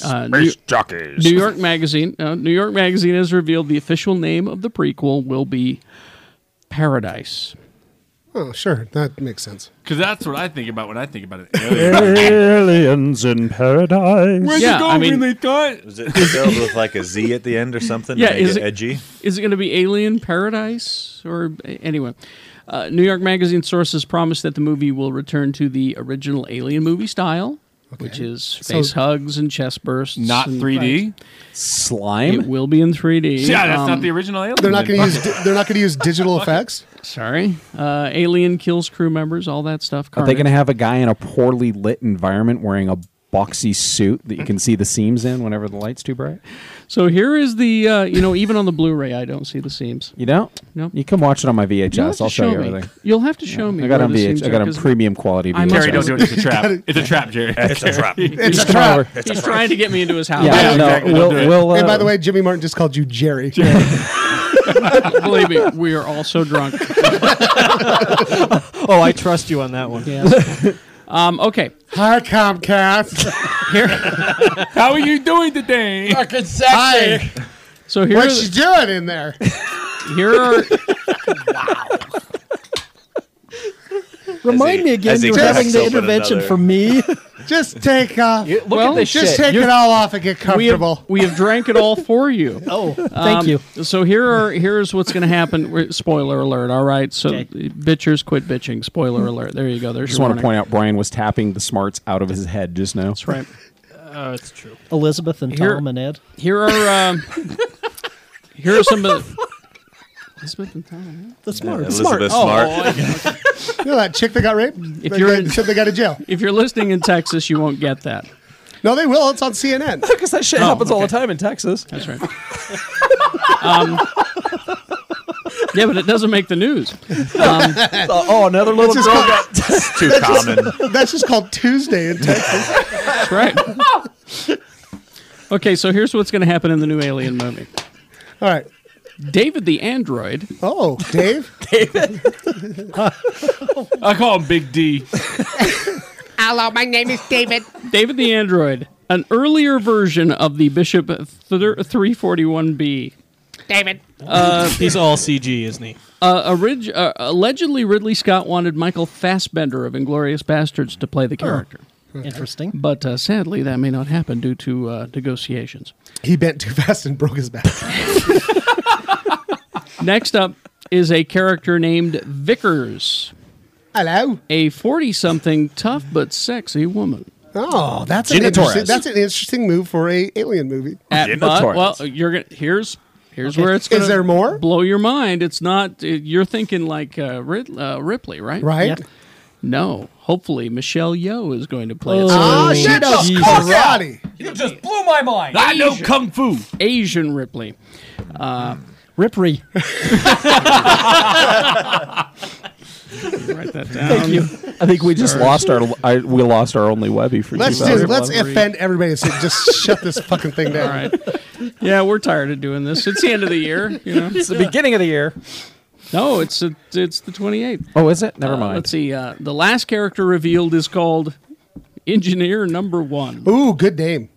Uh, Space Jockeys. New York Magazine. Uh, New York Magazine has revealed the official name of the prequel will be Paradise. [LAUGHS] oh, sure. That makes sense. Because that's what I think about when I [LAUGHS] think about an alien. Aliens in paradise. thought? Was it spelled with like a Z at the end or something? Yeah, to make is it it- edgy? Is it going to be Alien Paradise or anyway? Uh, New York Magazine sources promise that the movie will return to the original Alien movie style, which is So- face hugs and chest bursts. Not and- 3D? Slime. It will be in 3D. Yeah, that's not Um, the original alien. They're not then. going to use. Fuck it. Di- they're not going to use digital effects. Sorry, uh, Alien kills crew members, all that stuff. Are they going to carnage. have a guy in a poorly lit environment wearing a boxy suit that you can see the seams in whenever the light's too bright? So here is the uh, you know even on the Blu-ray I don't see the seams. You don't? Nope. You can watch it on my VHS. You'll have to I'll show, you me. everything. You'll have to show me. I got where on the VH seams I got are, on 'cause premium quality I VHS. must- [LAUGHS] [LAUGHS] It's a trap, Jerry. It's a trap. It's He's a trap. trying- It's a trap. He's trying to get me into his house. Yeah, no, we'll- we'll, and by uh, the way, Jimmy Martin just called you Jerry. [LAUGHS] Believe me, we are all so drunk. [LAUGHS] oh, I trust you on that one. [LAUGHS] Um, okay. Hi, Comcast. How are you doing today? Fucking Hi. So here are What's she the, doing in there? here are Remind me again, as he you're having cracks the open intervention another- from me. Just take off. look at this just shit. take You're- it all off and get we have, comfortable. we have drank it all for you. Oh, Um, thank you. So here are here's what's going to happen. We're- Spoiler alert. All right. So bitchers quit bitching. Spoiler alert. There you go. I There's just your want to warning. point out Brian was tapping the smarts out of his head just now. That's right. Uh, Oh, it's true. Elizabeth and Here- Tom and Ed. Here are um, here are some of the. Elizabeth and Tom. The smart. Elizabeth Oh, Smart. [LAUGHS] you know that chick that got raped? If That you're guy in- said they got to jail. If you're listening in Texas, you won't get that. No, they will. It's on CNN. Because that shit happens all the time in Texas. Oh, That's right. [LAUGHS] Um, yeah, but it doesn't make the [LAUGHS] news. Um, oh, another little It's just girl called- [LAUGHS] It's too that's common. Just, that's just called Tuesday in Texas. That's right. Okay, so here's what's going to happen in the new Alien movie. All right. David the android. Oh, [LAUGHS] Dave. I call him Big D. Hello, my name is David. David the android, an earlier version of the Bishop Thir- 341B. David. Uh, he's all CG, isn't he? Uh, orig- uh, allegedly, Ridley Scott wanted Michael Fassbender of *Inglorious Bastards* to play the character, Interesting. but uh, sadly, that may not happen due to uh, negotiations. He bent too fast and broke his back. [LAUGHS] Next up is a character named Vickers. Hello. A forty-something, tough but sexy woman. Oh, that's an interesting, that's an interesting move for a alien movie. At, but, well, you're gonna here's here's Okay. where it's. Is Gonna there more? Blow your mind. It's not. it- you're thinking like uh, Rid, uh, Ripley, right? Right. Yeah. No. Hopefully, Michelle Yeoh is going to play. it. Oh, So- shit, of Jesus. course, yeah. You just blew my mind. I know kung fu. Asian Ripley. Uh, [LAUGHS] Ripley. write that down. [LAUGHS] Thank you. I think we just lost our, I, we lost our only Webby for Let's 2000. just, let's offend everybody and say, just shut this fucking thing down. All right. Yeah, we're tired of doing this. It's the end of the year. You know, It's the beginning of the year. No, it's the it's the twenty eighth. Oh, is it? Never Uh, mind. Let's see. Uh, the last character revealed is called Engineer Number One. Ooh, good name.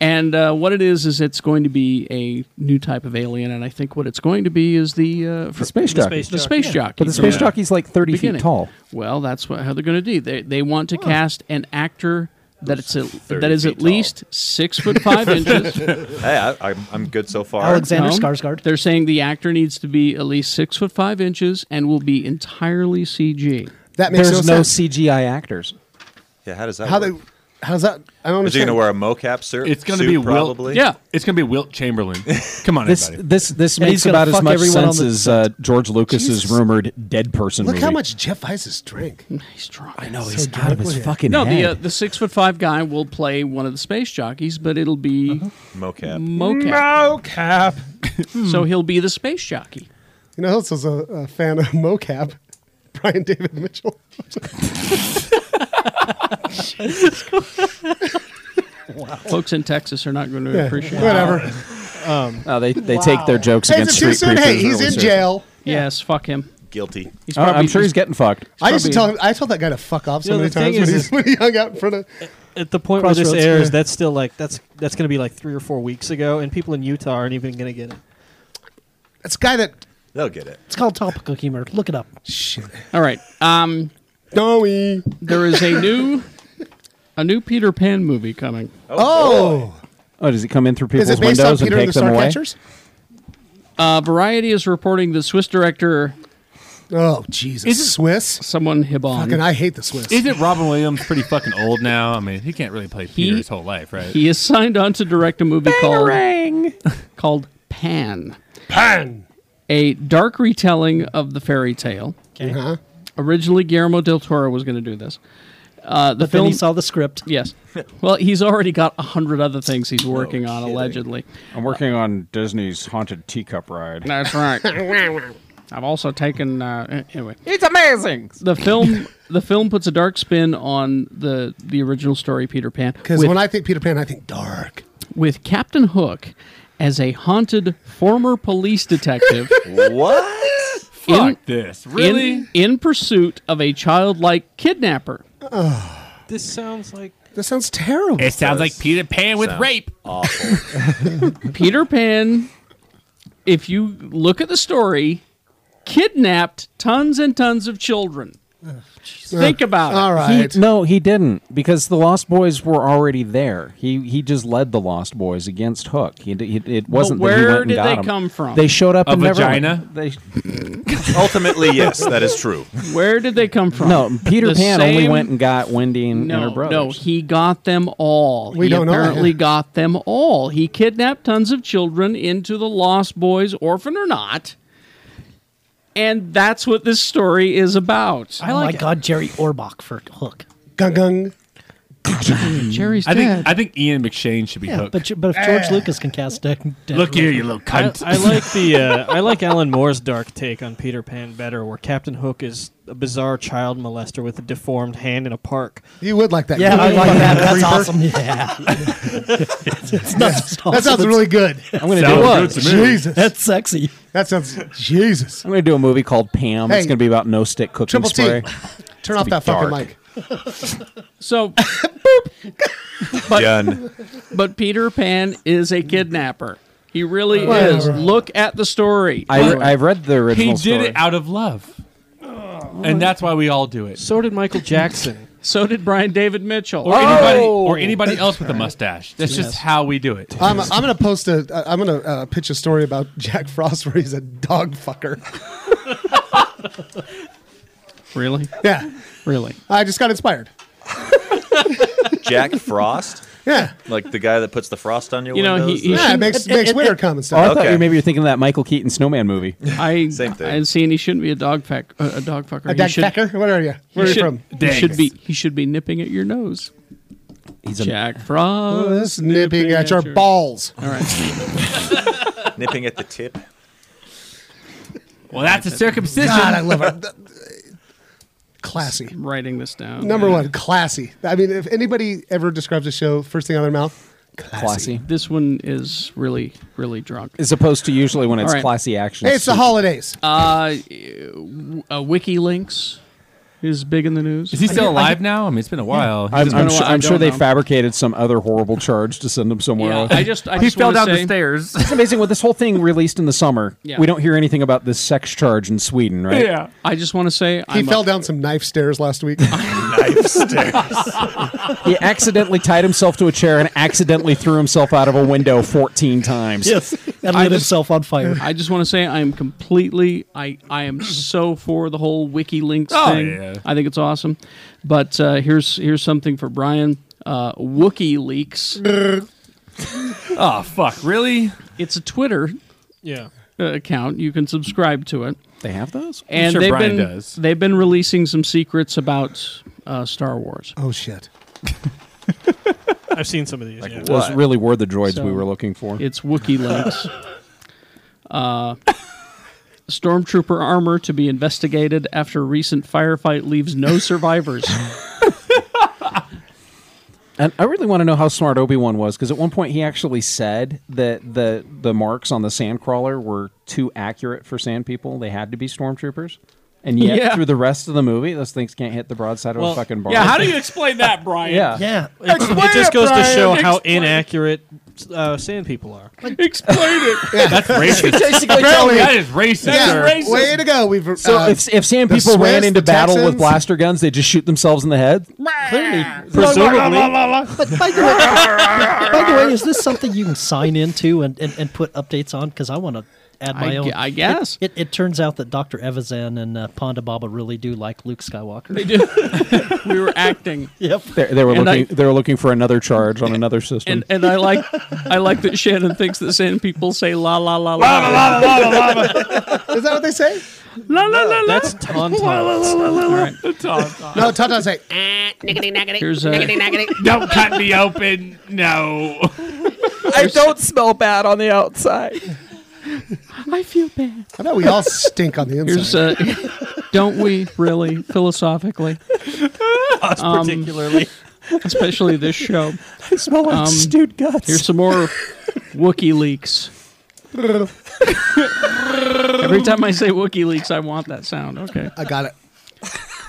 and uh, what it is is it's going to be a new type of alien, and I think what it's going to be is the uh, fr- space the jockey. space, The space jockey. jockey. But the space from jockey's like 30 feet beginning. tall. Well, that's what, how they're going to do. They they want to cast an actor that it's a, that 30 is feet at least six foot [LAUGHS] five [LAUGHS] inches. hey, I, I'm, I'm good so far. No. They're saying the actor needs to be at least six foot five inches and will be entirely CG. That makes There's no no, sense. CGI actors. Yeah, how does that How work? they? How's that? I don't Is he understand. going to wear a mocap suit? It's going to suit, be Wilt. probably. it's going to be Wilt [LAUGHS] Chamberlain. [LAUGHS] Come on, This everybody. this this And he's makes gonna about as fuck much everyone on sense the as uh, George Lucas's rumored dead person Look movie. how much Jeff Isis drank. [LAUGHS] He's drunk. I know he's out of his fucking No, the uh, head. the six foot five guy will play one of the space jockeys, but it'll be Uh-huh. mocap. Mocap. Mocap. [LAUGHS] so he'll be the space jockey. You know, who else is a, a fan of mocap. [LAUGHS] Brian David Mitchell. [LAUGHS] Folks in Texas are not going to Yeah, appreciate whatever. it. Um, Oh, they- they take their jokes Is it against too street soon? Hey, he's in jail. Yes, fuck him. Guilty. He's Oh, I'm sure he's getting fucked. I used to tell him. I told that guy to fuck off so You know, many the thing times when, is- he's, [LAUGHS] when he hung out in front of. At the point where Crossroads, this airs, yeah. that's still like that's that's going to be like three or four weeks ago, and people in Utah aren't even going to get it. It's a guy that they'll get it. It's called topical humor. Look it up. Shit. All right. Um, There is a new a new Peter Pan movie coming. Oh. Oh, does it come in through people's windows and take them away? Uh, Variety is reporting the Swiss director. Oh Jesus! Is it Swiss? Someone Hibon. Fucking, I hate the Swiss. Isn't Robin Williams pretty fucking old now? I mean, he can't really play Peter his whole life, right? He is signed on to direct a movie called [LAUGHS] called Pan. Pan. A dark retelling of the fairy tale. Okay. Uh-huh. Originally, Guillermo del Toro was going to do this. Uh, the But then film he saw the script. Yes. Well, he's already got a hundred other things he's working on allegedly. I'm working on Disney's haunted teacup ride. That's right. [LAUGHS] I've also taken uh, anyway. It's amazing. [LAUGHS] The film the film puts a dark spin on the the original story Peter Pan Because with- when I think Peter Pan, I think dark. with Captain Hook as a haunted former police [LAUGHS] detective. [LAUGHS] what? Fuck this. Really? In, in pursuit of a childlike kidnapper. This sounds like That sounds terrible. it sounds like Peter Pan with Sounds [LAUGHS] rape. Peter Pan, if you look at the story, kidnapped tons and tons of children. Think about it. He, no, he didn't because the Lost Boys were already there. He he just led the Lost Boys against Hook. He, d- he- it wasn't But that he where went and did got they 'em. come from? They showed up A in vagina? [LAUGHS] Neverland. Ultimately, yes, that is true. Where did they come They, from? no, Peter The Pan only same- went and got Wendy and, and her No, brother. no, he got them all. We he don't know that. apparently got them all. He kidnapped tons of children into the Lost Boys, orphan or not. And that's what this story is about. I like my God, Jerry Orbach for Hook. Gung gung. Jerry's I dead. think I think Ian McShane should be Yeah, hooked. but but, but if George Lucas can cast Deck, Look here, you little I, cunt. I like the [LAUGHS] [LAUGHS] uh, I like Alan Moore's dark take on Peter Pan better, where Captain Hook is a bizarre child molester with a deformed hand in a park. You would like that. Yeah, You I would like that. That's creeper. [LAUGHS] awesome. Yeah. [LAUGHS] It's not just That sounds awesome, really good. I'm gonna do a, Sounds good to me. Jesus. That's sexy. That sounds Jesus. I'm going to do a movie called Pam. Hey. it's going to be about no stick cooking Triple T. [LAUGHS] spray. Turn off be that fucking dark. mic. [LAUGHS] So, But, Done. but Peter Pan is a kidnapper. He really Whatever. is. Look at the story. I, I've read the original He did story. it out of love, and that's why we all do it. So did Michael Jackson. [LAUGHS] so did Brian David Mitchell. Oh! or anybody, or anybody else with a mustache. That's just how we do it. I'm, I'm gonna post a. uh, I'm gonna uh, pitch a story about [LAUGHS] Jack Frost where he's a dog fucker. [LAUGHS] Really? Yeah, really. I just got inspired. Jack Frost. Yeah. Like the guy that puts the frost on your You know, he- windows. he Yeah, it shouldn't- makes- makes winter come and Oh, stuff. I Okay. thought you maybe you're thinking of that Michael Keaton Snowman movie. [LAUGHS] I I see, and he shouldn't be a dog fuck, uh, a dog fucker. A He dog should- fucker? What are you? Where are he you should, from? He should Dang. be. He should be nipping at your nose. He's a- Jack Frost Oh, Nipping at your balls. All right. nipping at the tip. Well, that's a circumcision. God, I love [LAUGHS] it. Classy. Writing this down. Number Yeah. one, classy. I mean, if anybody ever describes a show, first thing out of their mouth, classy. This one is really, really drunk. As opposed to usually when it's All right. classy action. suit. holidays. Uh, uh, WikiLinks is big in the news. Is he still alive now? I mean, it's been a while. Yeah. It's I'm, been I'm, a sure, while, I I'm sure don't they know. fabricated some other horrible charge to send him somewhere Yeah, else. I just- I he just fell wanna down say- the [LAUGHS] stairs. it's amazing with this whole thing released in the summer. Yeah. We don't hear anything about this sex charge in Sweden, right? I just want to say He fell down some knife stairs last [LAUGHS] week. knife stairs. He accidentally tied himself to a chair and accidentally threw himself out of a window 14 times. and I lit just- himself on fire. I just want to say I am completely I I am so for the whole WikiLinks Oh, thing. yeah. I think it's awesome. But uh, here's here's something for Brian. Uh, Wookie leaks. [LAUGHS] oh fuck! Really? It's a Twitter Yeah. uh, account. You can subscribe to it. They have those? I'm And sure they've Brian been does. they've been releasing some secrets about uh, Star Wars. Oh shit. I've seen some of these. yeah. Those really were the droids we So, were looking for. It's Wookiee [LAUGHS] links. uh, Stormtrooper armor to be investigated after recent firefight leaves no [LAUGHS] survivors. And I really want to know how smart Obi Wan was because at one point he actually said that the the marks on the sandcrawler were too accurate for sand people. They had to be stormtroopers. And yet, Yeah. through the rest of the movie, those things can't hit the broadside of Well, a fucking bar. yeah, how do you explain that, Brian? Yeah. Yeah. It, Explain it just it, goes to Brian. show how Explain it. inaccurate uh, sand people are. Explain it. That's racist. Basically Apparently, that telling- is racist. sir. Way to go. We've So uh, if if sand the people ran Swiss, into the battle with Texans- blaster guns, they just shoot themselves in the head. Clearly. Presumably, But by the, [LAUGHS] way, by the way, is this something you can sign into and, and, and put updates on? Because I want to add my I own. gu- I guess. It, it, it turns out that Dr. Evazan and uh, Ponda Baba really do like Luke Skywalker. They do. [LAUGHS] [LAUGHS] we were acting. Yep. they, they were And I- looking. they were looking for another charge on another system. And and I like I like that Shannon thinks that sand people say la la la la Lava, lava, lava, lava. Is that what they say? la la la. That's tauntaun. All [LAUGHS] right. No, Tata's like, eh, Niggity naggity. Here's a- Niggity naggity. [LAUGHS] Don't cut me open. No. I don't smell bad on the outside. I feel bad. I know we all stink on the inside. Here's uh, don't we really [LAUGHS] philosophically, Us Um, particularly. especially this [LAUGHS] show. I [LAUGHS] smell like Um, stewed guts. Here's some more Wookiee leaks. Every time I say Wookiee leaks, I want that sound. Okay, I got it.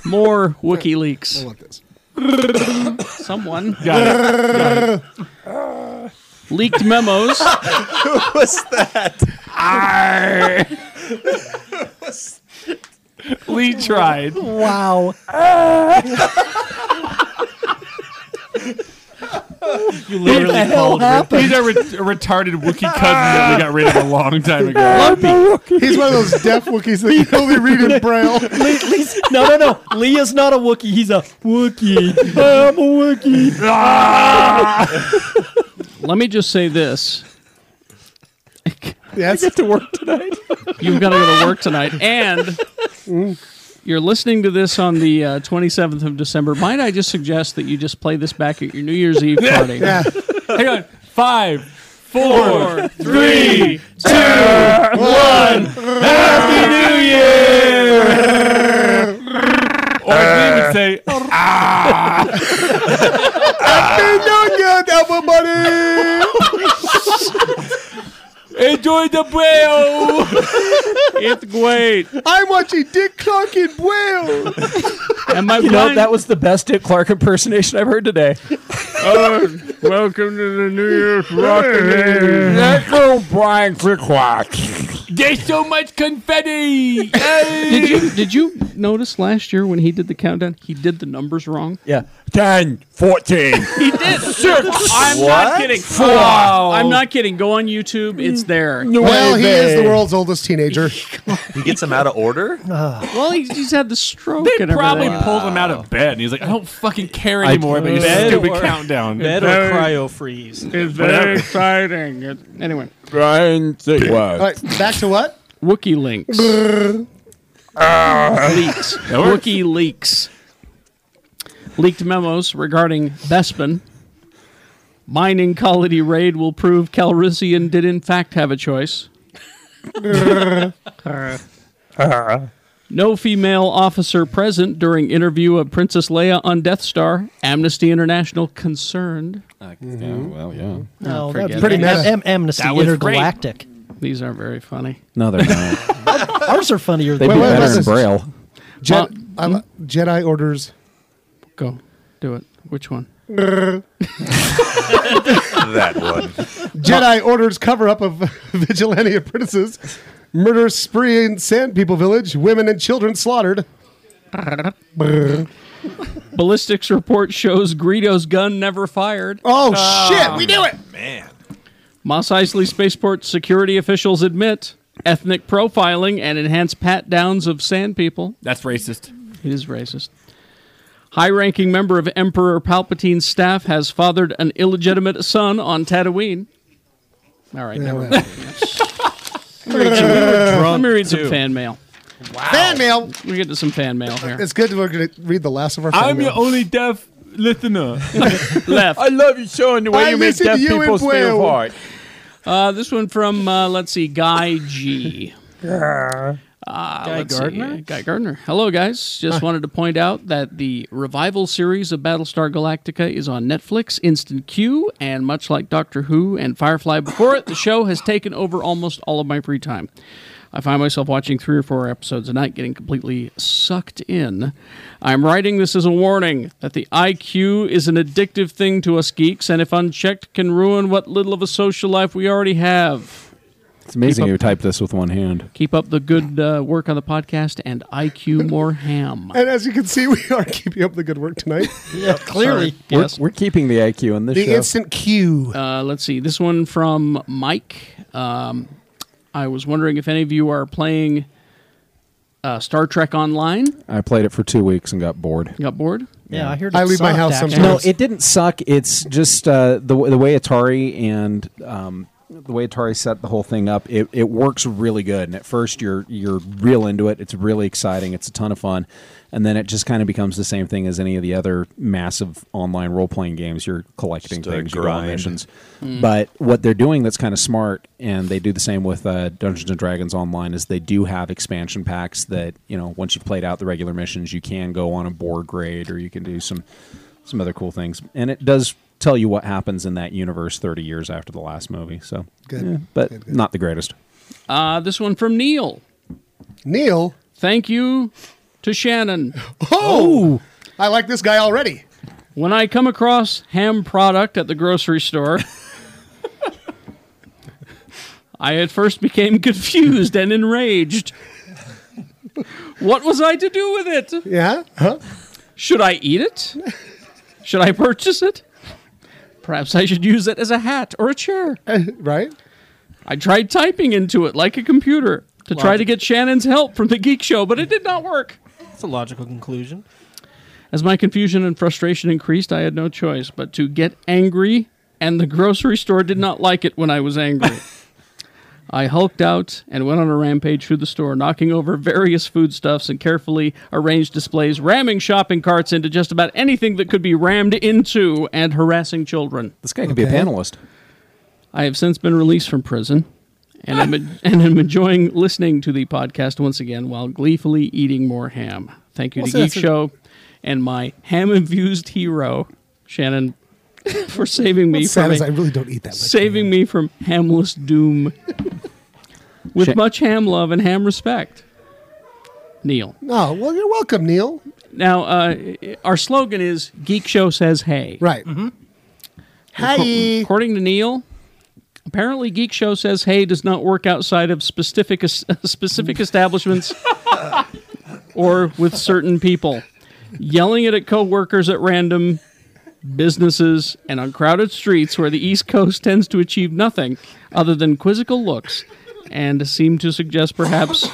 more Wookiee leaks. I want this. [COUGHS] Someone Got it. Got it. leaked [LAUGHS] memos. What was that? Arr. Lee tried. Wow. You literally the hell called happened? He's a, re- a retarded Wookiee cousin that we got rid of a long time ago. He's one of those deaf Wookiees that [LAUGHS] can only read in [LAUGHS] braille. Lee, Lee's, [LAUGHS] no, no, no. Lee [LAUGHS] is not a Wookiee. He's a [LAUGHS] Wookiee. I'm a Wookiee. Ah! Let me just say this: Yes. to work tonight. you've got to go to work tonight, and you're listening to this on the uh, 27th of December. Might I just suggest that you just play this back at your New Year's Eve party? [LAUGHS] Yeah. Hang on. Five, four, three, One. Happy New Year! or as we would say, ah! No, good, everybody. Enjoy the braille! It's great. I'm watching Dick Clark in braille. Have Am I you know, blind? [LAUGHS] that was the best Dick Clark impersonation I've heard today. Oh, welcome to the New York Rockin' go, Brian Clark. There's so much confetti. did you did you notice last year when he did the countdown, he did the numbers wrong? Yeah. 10, 14. [LAUGHS] He did. I'm What? not kidding. Four. Oh, I'm not kidding. Go on YouTube. It's there. well, he is the world's oldest teenager. He gets them out of order. Well, he's, he's had the stroke. They and probably everything. pulled him out of bed, and he's like, "I don't fucking care I- anymore." about your Bed stupid or- countdown. bed or Very- cryo freeze. It's Whatever. very exciting. It- Anyway, Brian All right, back to what? Wookie links. leaks. That works. Wookie leaks. Leaked memos regarding Bespin. Mining colony raid will prove Calrissian did in fact have a choice. No female officer present during interview of Princess Leia on Death Star. Amnesty International concerned. well, yeah. No, Oh, that'd forget be Mm-hmm. pretty it. meta. Am- Amnesty That was great. Intergalactic. These aren't very funny. No, they're not. [LAUGHS] [LAUGHS] Ours are funnier They'd than be yours. better in Braille. Je- I'm- Jedi orders. Go. Do it. [LAUGHS] Which one? that one. Jedi orders cover up of [LAUGHS] vigilante apprentices. Murder spree in Sand People Village. Women and children slaughtered. Brr. Ballistics report shows Greedo's gun never fired. Oh, [LAUGHS] shit, we knew it! Man. Moss Eisley Spaceport security officials admit ethnic profiling and enhanced pat downs of sand people. That's racist. It is racist. High ranking member of Emperor Palpatine's staff has fathered an illegitimate son on Tatooine. All right, never mind. Let me read some- Let me read [LAUGHS] some fan mail. Fan mail. We get to some fan mail here. It's good that we're going to read the last of our. fan I'm mail. your only deaf listener. [LAUGHS] Left. I love you, Sean. The way I you make listen deaf to you in people feel Braille. hard. Uh, this one from uh, let's see, Guy G. Yeah. Uh, Guy let's see, Gardner? Guy Gardner. Hello, guys. Just wanted to point out that the revival series of Battlestar Galactica is on Netflix, Instant Q, and much like Doctor Who and Firefly before it, the show has taken over almost all of my free time. I find myself watching three or four episodes a night, getting completely sucked in. I'm writing this as a warning that the IQ is an addictive thing to us geeks, and if unchecked, can ruin what little of a social life we already have. It's amazing you typed this with one hand. Keep up the good uh, work on the podcast and IQ more ham. And as you can see, we are keeping up the good work tonight. [LAUGHS] Yeah, clearly. We're, Yes. we're keeping the IQ in this show. Q. Uh, let's see. This one from Mike. Um, I was wondering if any of you are playing uh, Star Trek Online. I played it for two weeks and got bored. You got bored? Yeah, I heard. I leave my house No, it didn't suck. It's just uh, the w- the way Atari and um, the way Atari set the whole thing up. It, it works really good, and at first you're you're real into it. It's really exciting. It's a ton of fun, and then it just kind of becomes the same thing as any of the other massive online role playing games. You're collecting Just a things, you go on grind. missions. Mm. But what they're doing that's kind of smart, and they do the same with uh, Dungeons and Dragons Online, is they do have expansion packs that you know once you've played out the regular missions, you can go on a board grade, or you can do some some other cool things, and it does tell you what happens in that universe 30 years after the last movie. So Good. yeah, but not the greatest. Uh, this one from Neil. Neil? Thank you to Shannon. [LAUGHS] Oh! I like this guy already. When I come across ham product at the [LAUGHS] grocery store, I at first became confused and enraged. What was I to do with it? Yeah? Huh? Should I eat it? Should I purchase it? Perhaps I should use it as a hat or a chair. [LAUGHS] right? I tried typing into it like a computer to try to Logic. get Shannon's help from the Geek Show, but it did not work. That's a logical conclusion. As my confusion and frustration increased, I had no choice but to get angry, and the grocery store did not like it when I was angry. I hulked out and went on a rampage through the store, knocking over various foodstuffs and carefully arranged displays, ramming shopping carts into just about anything that could be rammed into, and harassing children. This guy could be a panelist. I have since been released from prison, and I'm, [LAUGHS] and I'm enjoying listening to the podcast once again while gleefully eating more ham. Thank you Well, to so Geek that's a- Show and my ham infused hero, Shannon, for saving me What's from sad a- is I really don't eat that much saving me from [LAUGHS] hamless doom. With Shan- much ham love and ham respect. Neil. No, Oh, well, you're welcome, Neil. Now, uh, our slogan is Geek Show Says Hey. Right. Hey. According to Neil, apparently Geek Show Says Hey does not work outside of specific, [LAUGHS] specific establishments or with certain people. Yelling it at coworkers at random, businesses, and on crowded streets where the East Coast tends to achieve nothing other than quizzical looks and seem to suggest perhaps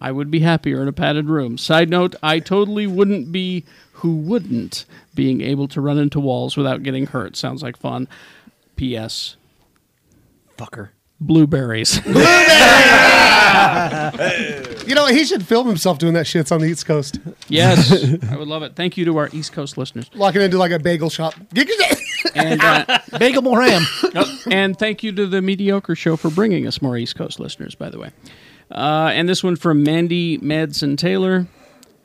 I would be happier in a padded room. Side note, I totally wouldn't be who wouldn't being able to run into walls without getting hurt. Sounds like fun. P.S. Fucker. Blueberries. [LAUGHS] You know, he should film himself doing that shit. It's on the East Coast. yes, [LAUGHS] I would love it. Thank you to our East Coast listeners. [LAUGHS] Locking into like a bagel shop. and uh, [LAUGHS] bagel more ham. and thank you to the mediocre show for bringing us more East Coast listeners. By the way, uh, and this one from Mandy Medson Taylor.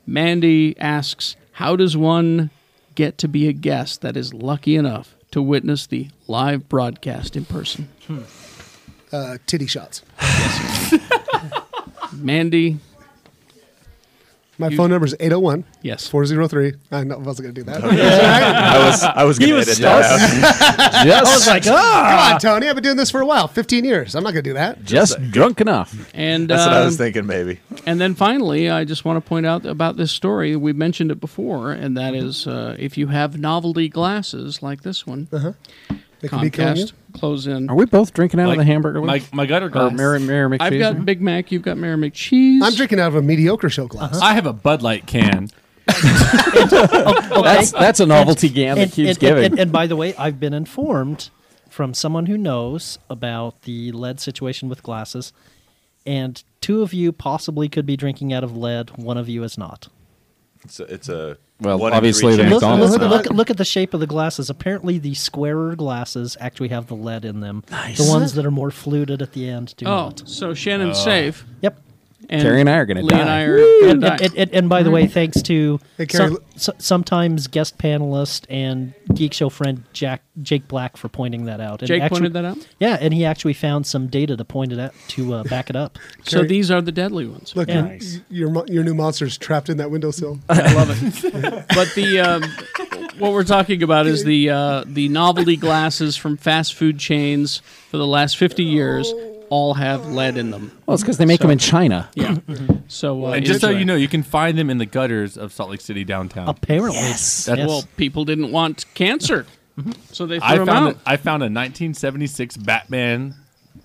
Mandy asks, "How does one get to be a guest that is lucky enough to witness the live broadcast in person?" Hmm. Uh, titty shots. Mandy, My phone number is 801 Yes. 403. I know- I wasn't going to do that. I was I was He gonna was edit that out. I was like, ah. Come on, Tony. I've been doing this for a while 15 years. I'm not going to do that. Just drunk enough. and That's what I was um, thinking, maybe. And then finally, I just want to point out about this story. We mentioned it before, and that is uh, if you have novelty glasses like this one, uh-huh. they can be killing you. Comcast close in. Are we both drinking out of the hamburger? my- my gutter Or glass. Mary, Mary I've McPhee's? got Big Mac. You've got Uh-huh. Mary McCheese. I'm drinking out of a mediocre show glass. I have a Bud Light can. That's- that's a novelty game gam that keeps giving. And, and by the way, I've been informed from someone who knows about the lead situation with glasses, and two of you possibly could be drinking out of lead. One of you is not. It's a, it's a Well, one in Uh, obviously three they Look, chance that look, it's look, not. look at the shape of the glasses. Apparently, the squarer glasses actually have the lead in them. The ones that are more fluted at the end do Oh, not. so Uh, Shannon's Uh, Oh. safe. Yep. And Terry and I are gonna Lee die. and I are Woo! gonna and, die. and- and- and by the way, thanks to Hey, Carrie, some- so- sometimes guest panelist and geek show friend Jack Jake Black for pointing that out. And Jake pointed that out? Yeah, and he actually found some data to point it out to uh, back it [LAUGHS] up. So Carrie- these are the deadly ones. Look, Yeah. your- your, mo- your new monster's trapped in that windowsill. [LAUGHS] I love it. but the um, what we're talking about is the uh, the novelty glasses from fast food chains for the last fifty years all have lead in them. Well, it's because they make So- them in China. Yeah. So uh, and just so enjoy. you know, you can find them in the gutters of Salt Lake City downtown. Apparently. That's- well, people didn't want cancer, Mm-hmm. so they threw I them found out. a, I found a 1976 Batman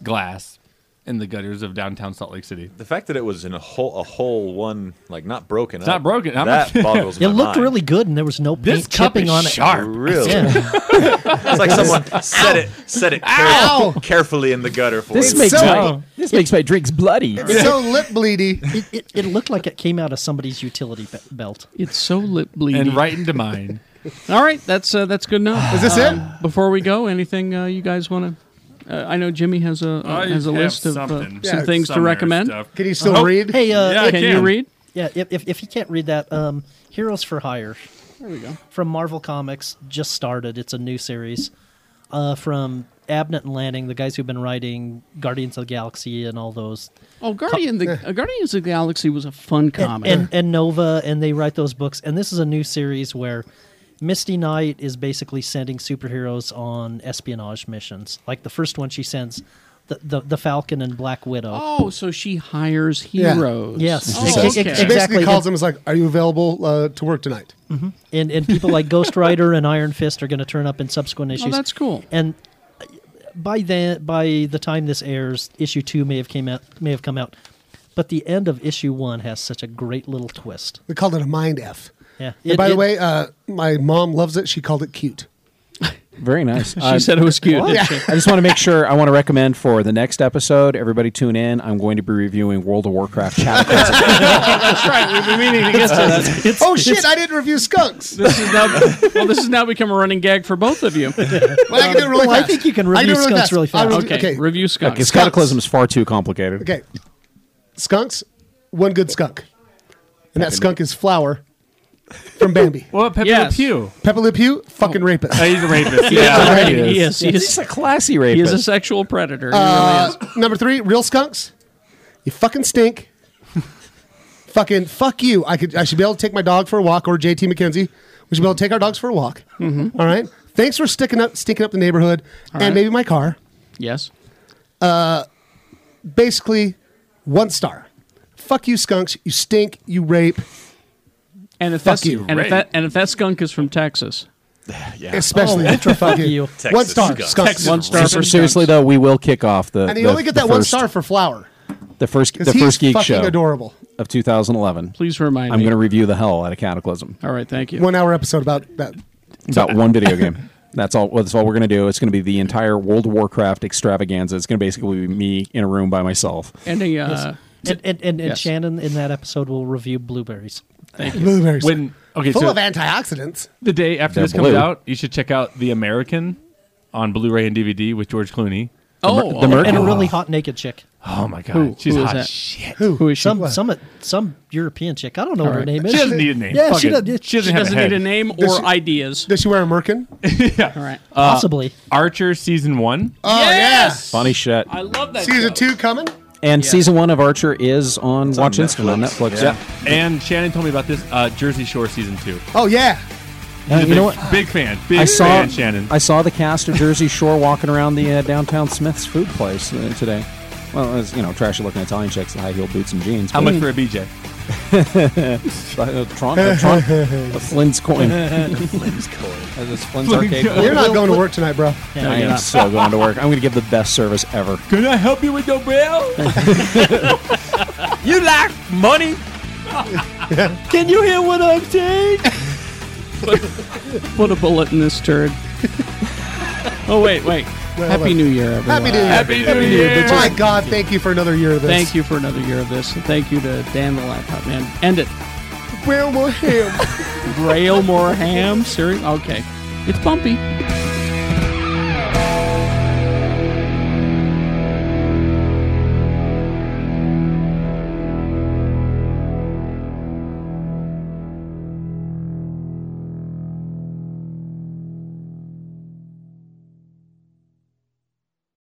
glass in the gutters of downtown Salt Lake City. The fact that it was in a whole a whole one like not broken. It's up, not broken. I'm [LAUGHS] that not- [LAUGHS] boggles It my looked mind. really good, and there was no paint This cup chipping is on sharp. it. Really? Yeah. [LAUGHS] It's like someone set it set it Ow! care- carefully in the gutter for This you. makes [LAUGHS] so- my, this makes my drinks bloody. It's so lip bleedy. It, it, it looked like it came out of somebody's utility be- belt. It's so lip bleeding. and right into mine. [LAUGHS] All right, that's uh, that's good enough. Is this it? Before we go, anything uh, you guys want to? Uh, I know Jimmy has a I has a have list of uh, some something. Yeah, things to somewhere recommend. stuff. Can you still Oh, read? Hey, uh, Yeah, I if- Can you can. read? Yeah, if, if, if you can't read that, um, Heroes for Hire There we go. from Marvel Comics just started. It's a new series uh, from Abnett and Lanning, the guys who've been writing Guardians of the Galaxy and all those, Oh, Guardian the uh, Guardians of the Galaxy was a fun comic. [LAUGHS] and, and Nova, and they write those books. And this is a new series where Misty Knight is basically sending superheroes on espionage missions. Like the first one, she sends the the, the Falcon and Black Widow. oh, so she hires Yeah. heroes. Yes. Oh, Ex- ex- okay. She basically Exactly. mm-hmm. calls him and is like, Are you available uh, to work tonight? and and people like Ghost Rider and Iron Fist are going to turn up in subsequent issues. Oh, that's cool. And by then, by the time this airs, issue two may have came out, may have come out, but the end of issue one has such a great little twist. We called it a mind F. Yeah. And It- by it- the way, uh, my mom loves it. She called it cute. [LAUGHS] Very nice. She said it was cute. I didn't she? just want to make sure. I want to recommend for the next episode, everybody tune in. I'm going to be reviewing World of Warcraft Catacombs. That's right. We've been meaning to get to that. It's- oh, shit. it's- I didn't review skunks. [LAUGHS] This is now well. This has now become a running gag for both of [LAUGHS] you. But I can do it really well, I fast. think you can I review do it skunks fast. really I fast. review- Okay, review Scott. okay, Cataclysm is far too complicated. Okay. Skunks, one good skunk. And that skunk is Flower from [LAUGHS] Bambi. Well, Pepe Yes. Le Pew. Pepe Le Pew, Oh. fucking rapist. Uh, he's a rapist. All yeah. right, He is. He He's is. a classy He is rapist. a sexual predator. He really Uh, is. [LAUGHS] number three, real skunks, you fucking stink. Fucking fuck you. I could I should be able to take my dog for a walk or JT McKenzie. We should be able to take our dogs for a walk. All right. Thanks for sticking up stinking up the neighborhood Mm-hmm. All and right. maybe my car. Yes. Uh basically one star. Fuck you skunks. You stink. You rape. And if Fuck that's, you. And if, that, and if that skunk is from Texas. [SIGHS] Yeah. Especially [LAUGHS] ultra fuck you. one star. Skunks. One star for Seriously though, we will kick off the. And you the- only get the that one first- star for flower. The first, 'Cause the he's first geek fucking show, adorable. of 2011. Please remind I'm me. going to review the hell out of Cataclysm. All right, thank you. One hour episode about that. It's [LAUGHS] about one video game. That's all. That's all we're going to do. It's going to be the entire World of Warcraft extravaganza. It's going to basically be me in a room by myself. And a, Yes. uh, and, and, and, and yes. Shannon in that episode will review blueberries. Thank you. Blueberries. When okay, Full so of antioxidants. the day after They're this comes blue. out, you should check out The American on Blu-ray and DVD with George Clooney. Oh, and a really hot naked chick. Oh my God, Oh, Who- she's who is hot that? as shit. Who? Who is she? some What? some some European chick. I don't know All what her right. name is. She doesn't need a name. Yeah, Fuck she it. doesn't. She doesn't she have a doesn't need head. a name Does or she- ideas. Does she wear a merkin? yeah. All right. Uh, Possibly. Archer season one. Oh Yes! Funny shit. I love that. Season two coming. And season one of Archer is on on Watch Instant on Netflix. Yeah. And Shannon told me about this uh, Jersey Shore season two. Oh yeah. He's a Uh, you big, know what? Big fan. Big I saw fan, Shannon. I saw the cast of Jersey Shore walking around the uh, downtown Smith's food place uh, today. Well, it was, you know, trashy looking Italian chicks in high heel boots and jeans. How but- much for a BJ? [LAUGHS] uh, Tron, uh, Tron, [LAUGHS] a Flynn's [LAUGHS] coin. Flynn's coin. That's Flynn's arcade. You're not going to work tonight, [LAUGHS] bro. I am so [LAUGHS] going to work. I'm going to give the best service ever. Can I help you with your [LAUGHS] bill? you lack [LAUGHS] money. Can you hear what I'm saying? [LAUGHS] Put a bullet in this turd. oh wait, wait. Happy wait. New Year, everyone. Happy New Year. bitches. My God, thank you for another year of this. Thank you for another year of this. And thank you to Dan the Laptop Man. End it. Where will him? Rail more ham. Serious. Okay. It's bumpy.